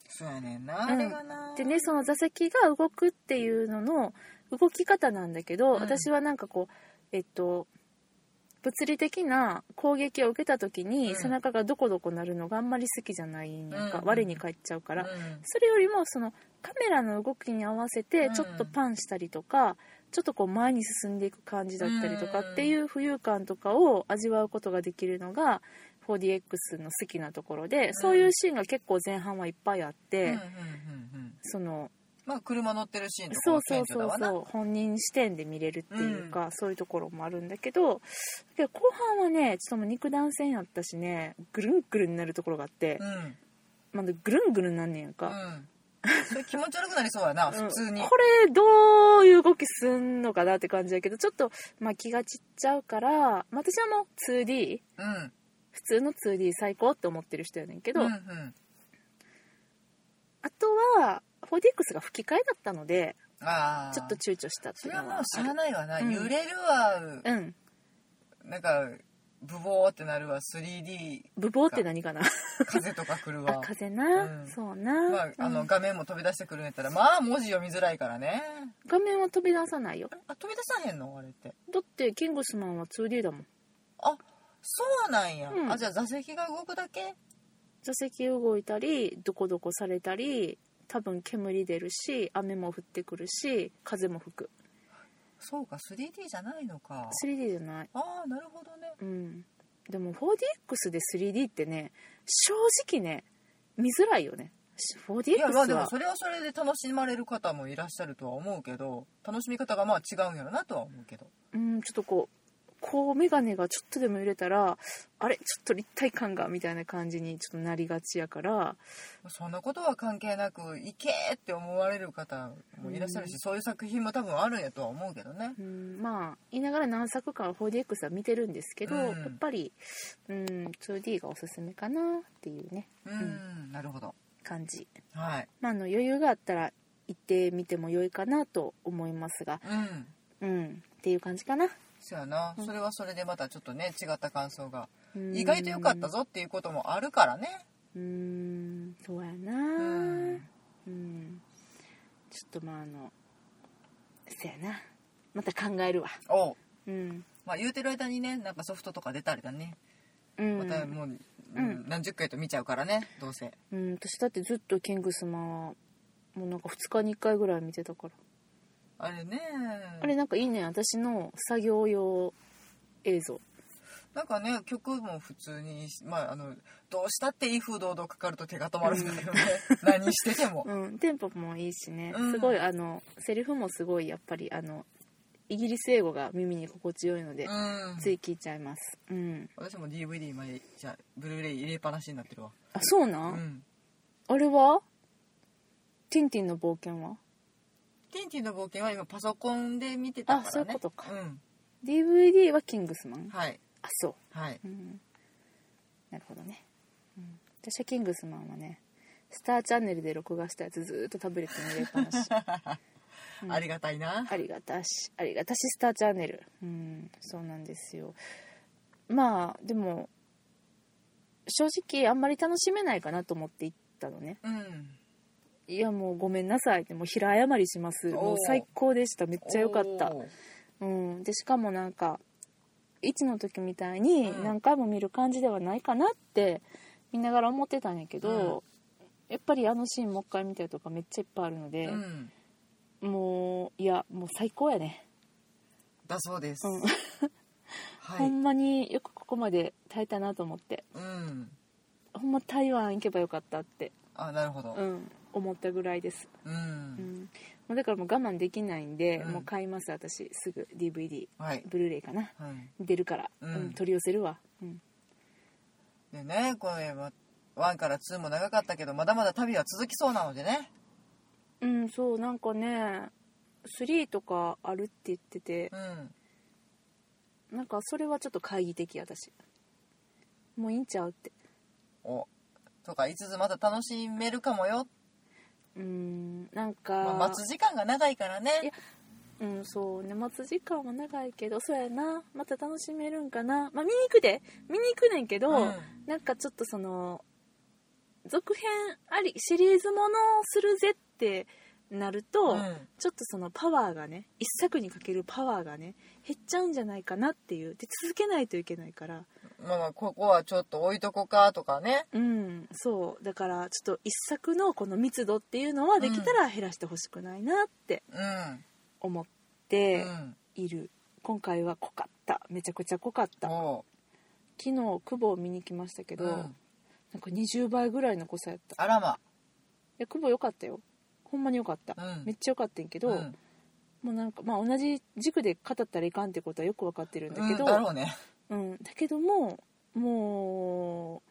S2: そうやねんな、あれがな
S1: でねその座席が動くっていうのの動き方なんだけど、
S2: うん
S1: 私はなんかこうえっと物理的な攻撃を受けた時に、
S2: うん
S1: 背中がどこどこなるのがあんまり好きじゃないんやんか、
S2: うん
S1: 我に返っちゃうから、
S2: うん
S1: それよりもそのカメラの動きに合わせて
S2: うん
S1: ちょっとパンしたりとか、ちょっとこう前に進んでいく感じだったりとか
S2: うん
S1: っていう浮遊感とかを味わうことができるのが 4DX の好きなところで、
S2: ん
S1: そういうシーンが結構前半はいっぱいあって、
S2: うんうんうんうん
S1: その
S2: まあ車乗ってるシーンとか
S1: そう
S2: も
S1: そ
S2: 顕
S1: う
S2: 著
S1: そ
S2: だ
S1: う
S2: わな
S1: そう本人視点で見れるっていうか、そういうところもあるんだけどけど後半はねちょっともう肉弾戦やったしねぐるんぐるんになるところがあって、
S2: うん
S1: まあ、ぐるんぐるんなんねんやんか。
S2: うんそれ気持ち悪くなりそうやな
S1: うん
S2: 普通に
S1: これどういう動きすんのかなって感じだけどちょっと、まあ、気が散っちゃうから、まあ、私はもう 2D
S2: うん
S1: 普通の 2D 最高って思ってる人やねんけど、
S2: うんう
S1: あ
S2: ん
S1: とは 4DX が吹き替えだったので
S2: ああ
S1: ちょっと躊躇したって
S2: そ
S1: いう
S2: れ
S1: の
S2: は
S1: は
S2: もうし
S1: あ
S2: ゃあ
S1: る
S2: ないわな、
S1: うん
S2: 揺れるわ
S1: うん
S2: なんかブボーってなるわ 3D
S1: 無謀って何かな
S2: 風とか来る
S1: あ
S2: わ
S1: 風な、
S2: うん
S1: そう
S2: ま
S1: な、
S2: あ、あ
S1: う
S2: の
S1: ん
S2: 画面も飛び出してくるんやったらまあ文字読みづらいからね
S1: 画面は飛び出さないよ
S2: あれあ飛び出さへんのあれって
S1: だってキングスマンは 2D だもん
S2: あそうなんや、
S1: うん
S2: あじゃあ座席が動くだけ
S1: 座席動いたりどこどこされたり多分煙出るし雨も降ってくるし風も吹く
S2: そうか 3D じゃないのか
S1: 3D じゃない
S2: ああなるほどね
S1: うんでも 4DX で 3D ってね正直ね見づらいよねし
S2: いやま
S1: 4DX
S2: あでも
S1: は
S2: それはそれで楽しまれる方もいらっしゃるとは思うけど楽しみ方がまあ違うんやろなとは思うけど
S1: うんちょっとこうこう眼鏡がちょっとでも揺れたらあれちょっと立体感がみたいな感じにちょっとなりがちやから
S2: そんなことは関係なく「いけ!」って思われる方もいらっしゃるし、そういう作品も多分あるんやとは思うけどね
S1: うんまあ言いながら何作かは 4DX は見てるんですけど、
S2: うん
S1: やっぱりうん 2D がおすすめかなっていうね
S2: うんなるほど
S1: 感じ、
S2: はい
S1: まあ、あの余裕があったら行ってみても良いかなと思いますが
S2: うん
S1: うんっていう感じかな
S2: そやな、それはそれでまたちょっとね違った感想が
S1: うん
S2: 意外と良かったぞっていうこともあるからね
S1: うーんそうやなう
S2: う
S1: ん
S2: ん
S1: ちょっとまああのそやなまた考えるわ
S2: おう
S1: うん
S2: まあ言うてる間にねなんかソフトとか出たりだね
S1: うん、
S2: またもう、うん
S1: うん
S2: 何十回と見ちゃうからねどうせ
S1: うん、私だってずっと「キングスマン」はもうなんか2日に1回ぐらい見てたから、
S2: あれね
S1: あれなんかいいね私の作業用映像
S2: なんかね曲も普通にいいしまああのどうしたって威風堂々かかると手が止まるんだけどね 何してても
S1: うんテンポもいいしね、
S2: うん
S1: すごいあのセリフもすごいやっぱりあのイギリス英語が耳に心地よいので、
S2: うん
S1: つい聞いちゃいますうん
S2: 私も DVD 前じゃブルーレイ入れっぱなしになってるわ
S1: あそうなん、
S2: うん
S1: あれはティンティンの冒険は
S2: ティンティンの冒険は今パソコンで見てたからね
S1: あそういうことか
S2: うん
S1: DVD はキングスマン
S2: はい
S1: あそ、
S2: はい
S1: う
S2: う
S1: ん、なるほどね、うん、私はキングスマンはねスターチャンネルで録画したやつずーっとタブレットに入れっぱなしうん
S2: ありがたいな
S1: ありがたしありがたしスターチャンネルうんそうなんですよまあでも正直あんまり楽しめないかなと思って行ったのね
S2: うん
S1: いやもうごめんなさいってもう平謝りしますもう最高でしためっちゃ良かった
S2: おー
S1: うん、でしかもなんか1の時みたいに
S2: うん
S1: 何回も見る感じではないかなって見ながら思ってたんやけど、やっぱりあのシーンもう一回見たりとかめっちゃいっぱいあるので
S2: う、ん
S1: もういやもう最高やね、
S2: だそうです、
S1: うん
S2: は
S1: ほ
S2: い
S1: んまによくここまで耐えたなと思って
S2: うん
S1: ほんま台湾行けばよかったって、
S2: あなるほど
S1: うん、思ったぐらいです、
S2: うん、
S1: うん、もうだからもう我慢できないんで、
S2: うん
S1: もう買います私すぐ DVD
S2: はい、
S1: ブルーレイかな
S2: はい、
S1: 出るから、
S2: うん
S1: うん取り寄せるわ、うん、
S2: でねこれは1から2も長かったけどまだまだ旅は続きそうなのでね
S1: うんそうなんかね3とかあるって言ってて
S2: うん
S1: なんかそれはちょっと懐疑的私もういいんちゃうって
S2: おとか5つまた楽しめるかもよ
S1: うんなんか、
S2: まあ、待つ時間が長いからね
S1: いやうんそうね待つ時間は長いけどそうやなまた楽しめるんかなまあ見に行くで見に行くねんけど、
S2: うん
S1: なんかちょっとその続編ありシリーズものをするぜってなると、
S2: うん
S1: ちょっとそのパワーがね一作にかけるパワーがね減っちゃうんじゃないかなっていうで続けないといけないから
S2: まあまあここはちょっと置いとこかとかね
S1: うんそうだからちょっと一作のこの密度っていうのはできたら減らしてほしくないなって
S2: うん
S1: 思っ
S2: う
S1: て
S2: ん
S1: いる、今回は濃かっためちゃくちゃ濃かった
S2: も
S1: 昨日久保を見に来ましたけ
S2: う、
S1: ど、
S2: うん、
S1: なんか20倍ぐらいの濃さやったい
S2: あらま
S1: や久保良かったよほんまに良かった、
S2: うん
S1: めっちゃ良かったんやけど、
S2: うん
S1: もうなんかまあ同じ軸で語ったらいかんってことはよく分かってるんだけど、
S2: うん、だろうね
S1: うん、だけどもも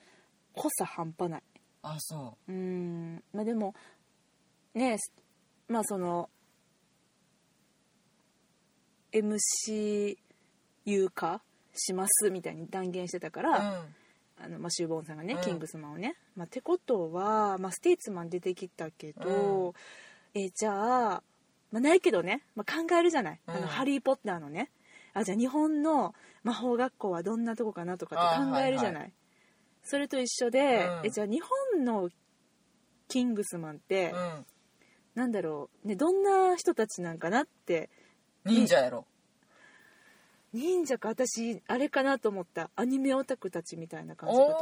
S1: う濃さ半端ない
S2: あそう
S1: ーんまあでもねえすまあその MCU 化しますみたいに断言してたか
S2: う
S1: ら、
S2: うん
S1: あのまあ、シューボーンさんがね、
S2: うん
S1: キングスマンをね、まあ、ってことは、まあ、ステイツマン出てきたけど、えーじゃあ、まあ、ないけどね、まあ、考えるじゃない、あ
S2: うん
S1: のハリー・ポッターのねあじゃあ日本の魔法学校はどんなとこかなとかって考えるじゃない、
S2: あーはい
S1: それと一緒で、
S2: うん
S1: えじゃあ日本のキングスマンって、
S2: うん
S1: なんだろう、ね、どんな人たちなんかなって
S2: 忍者やろ
S1: 忍者か私あれかなと思ったアニメオタクたちみたいな感じかと思っ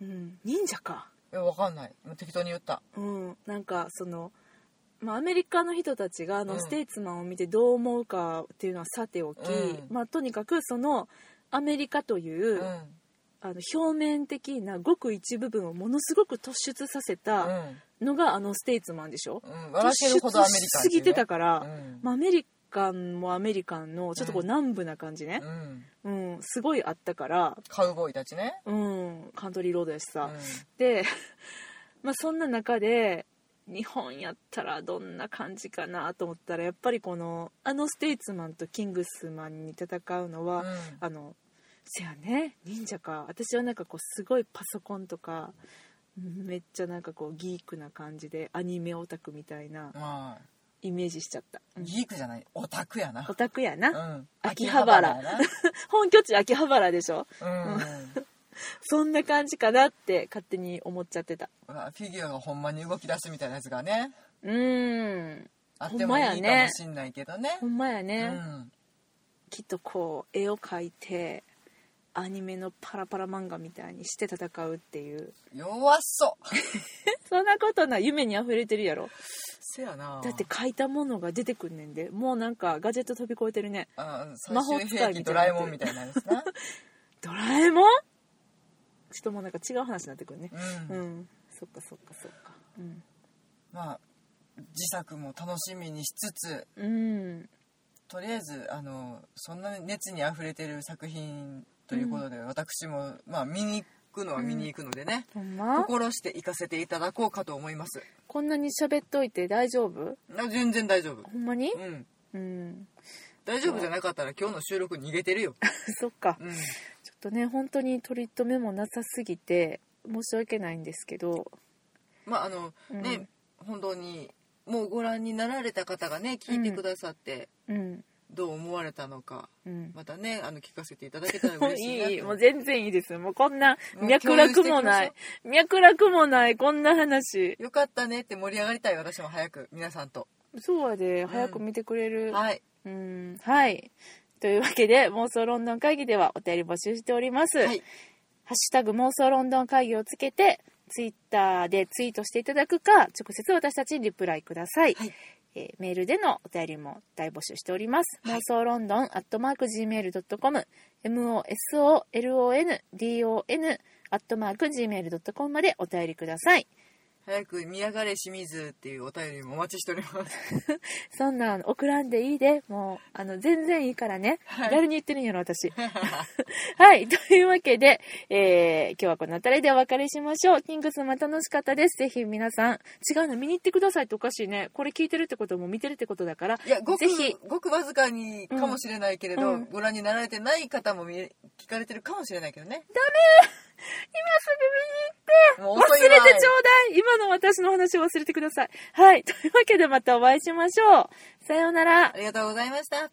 S1: てた。う
S2: お
S1: ん、忍者か
S2: ーいやわかんないもう適当に言った
S1: うん、なんかその、まあ、アメリカの人たちがあ
S2: う
S1: の
S2: ん
S1: ステイツマンを見てどう思うかっていうのはさておき、
S2: うん
S1: まあ、とにかくそのアメリカという
S2: う、ん
S1: あの表面的なごく一部分をものすごく突出させたのがあのステイツマンでしょ、
S2: うんうん
S1: 突
S2: 笑けるほどアメリカ
S1: 出
S2: ン
S1: しすぎてた
S2: か
S1: から、
S2: うん
S1: まあ、アメリカンもアメリカンのちょっとこう
S2: うん
S1: 南部な感じね
S2: う、ん
S1: うんすごいあったから、
S2: カウボーイたちね
S1: うん、カントリーロードやしさ、
S2: う
S1: で、 まあ、そんな中で日本やったらどんな感じかなと思ったらやっぱりこのあのステイツマンとキングスマンに戦うのは、
S2: んうん
S1: あのせやね忍者か私はなんかこうすごいパソコンとかめっちゃなんかこうギークな感じでアニメオタクみたいな
S2: まあ
S1: イメージしちゃった、うん
S2: ギークじゃないオタクやな
S1: オタクやな、
S2: うん
S1: 秋葉原
S2: 秋
S1: 本拠地秋葉原でしょ
S2: 葉原やなうん
S1: そんな感じかなって勝手に思っちゃってた
S2: ほらフィギュアがほんまに動き出すみたいなやつがね
S1: うーん
S2: あってもいいかもしんないけどね
S1: ほんまや
S2: う
S1: ね、
S2: ん
S1: きっとこう絵を描いてアニメのパラパラ漫画みたいにして戦うっていう
S2: 弱そう
S1: そんなことない夢にあふれてるやろ
S2: せやな
S1: だって描いたものが出てくんねんでもうなんかガジェット飛び越えてるね
S2: あ
S1: 魔
S2: 最
S1: 法
S2: 終
S1: 使いみたいになっ
S2: 兵
S1: てる
S2: 器ドラえもんみたいなやつ な
S1: ドラえもんちょっともうなんか違う話になってくるね
S2: う
S1: うんん、そっかそっかそっかうん、
S2: まあ自作も楽しみにしつつ
S1: うん、
S2: とりあえずあのそんな熱にあふれてる作品ということで、私も、まあ、見に行くのは見に行くのでね、
S1: ほんま
S2: 心して行かせていただこうかと思います
S1: こんなに喋っといて大丈夫
S2: あ全然大丈夫
S1: ほんまに
S2: うん
S1: うん、
S2: 大丈夫じゃなかったら今日の収録逃げてるよ、
S1: そっか
S2: うん、
S1: ちょっとね本当に取り留めもなさすぎて申し訳ないんですけど
S2: まああの
S1: うん
S2: ね、本当にもうご覧になられた方がね聞いてくださって
S1: うん
S2: どう思われたのか
S1: うん
S2: またねあの聞かせていただけたら
S1: もう
S2: 嬉しいなと
S1: いい、もう全然いいです。もうこんな
S2: もう
S1: 脈絡もな
S2: 共有していき
S1: い、脈絡もない、こんな話。
S2: よかったねって盛り上がりたい私も早く皆さんと
S1: そうやで、早く見てくれる。
S2: はい
S1: うん、はい。というわけで、妄想ロンドン会議ではお便り募集しております。
S2: はい
S1: ハッシュタグ妄想ロンドン会議をつけて、ツイッターでツイートしていただくか、直接私たちにリプライください。
S2: はい
S1: えーメールでのお便りも大募集しております。妄想ロンドンアットマーク Gmail.com、MOSOLONDON アットマーク Gmail.com までお便りください。
S2: 早く「見やがれ清水」っていうお便りもお待ちしております
S1: そんなん送らんでいいで、もう、あの、全然いいからね。
S2: はい
S1: 誰に言ってるんやろ、 私。はい。というわけで、えー今日はこのあたりでお別れしましょう。キングスマン楽しかったです。ぜひ皆さん、違うの見に行ってくださいっておかしいね。これ聞いてるってことも見てるってことだから、
S2: いやごく
S1: ぜひ、
S2: ごくわずかにかもしれないけれど、
S1: うん
S2: ご覧になられてない方も見え聞かれてるかもしれないけどね
S1: 今すぐ見に行って
S2: もう
S1: 忘
S2: 遅
S1: れて
S2: い
S1: ちょう
S2: わい
S1: だい今の私の話を忘れてください。はい。というわけでまたお会いしましょう。さようなら
S2: あ。りがとうございました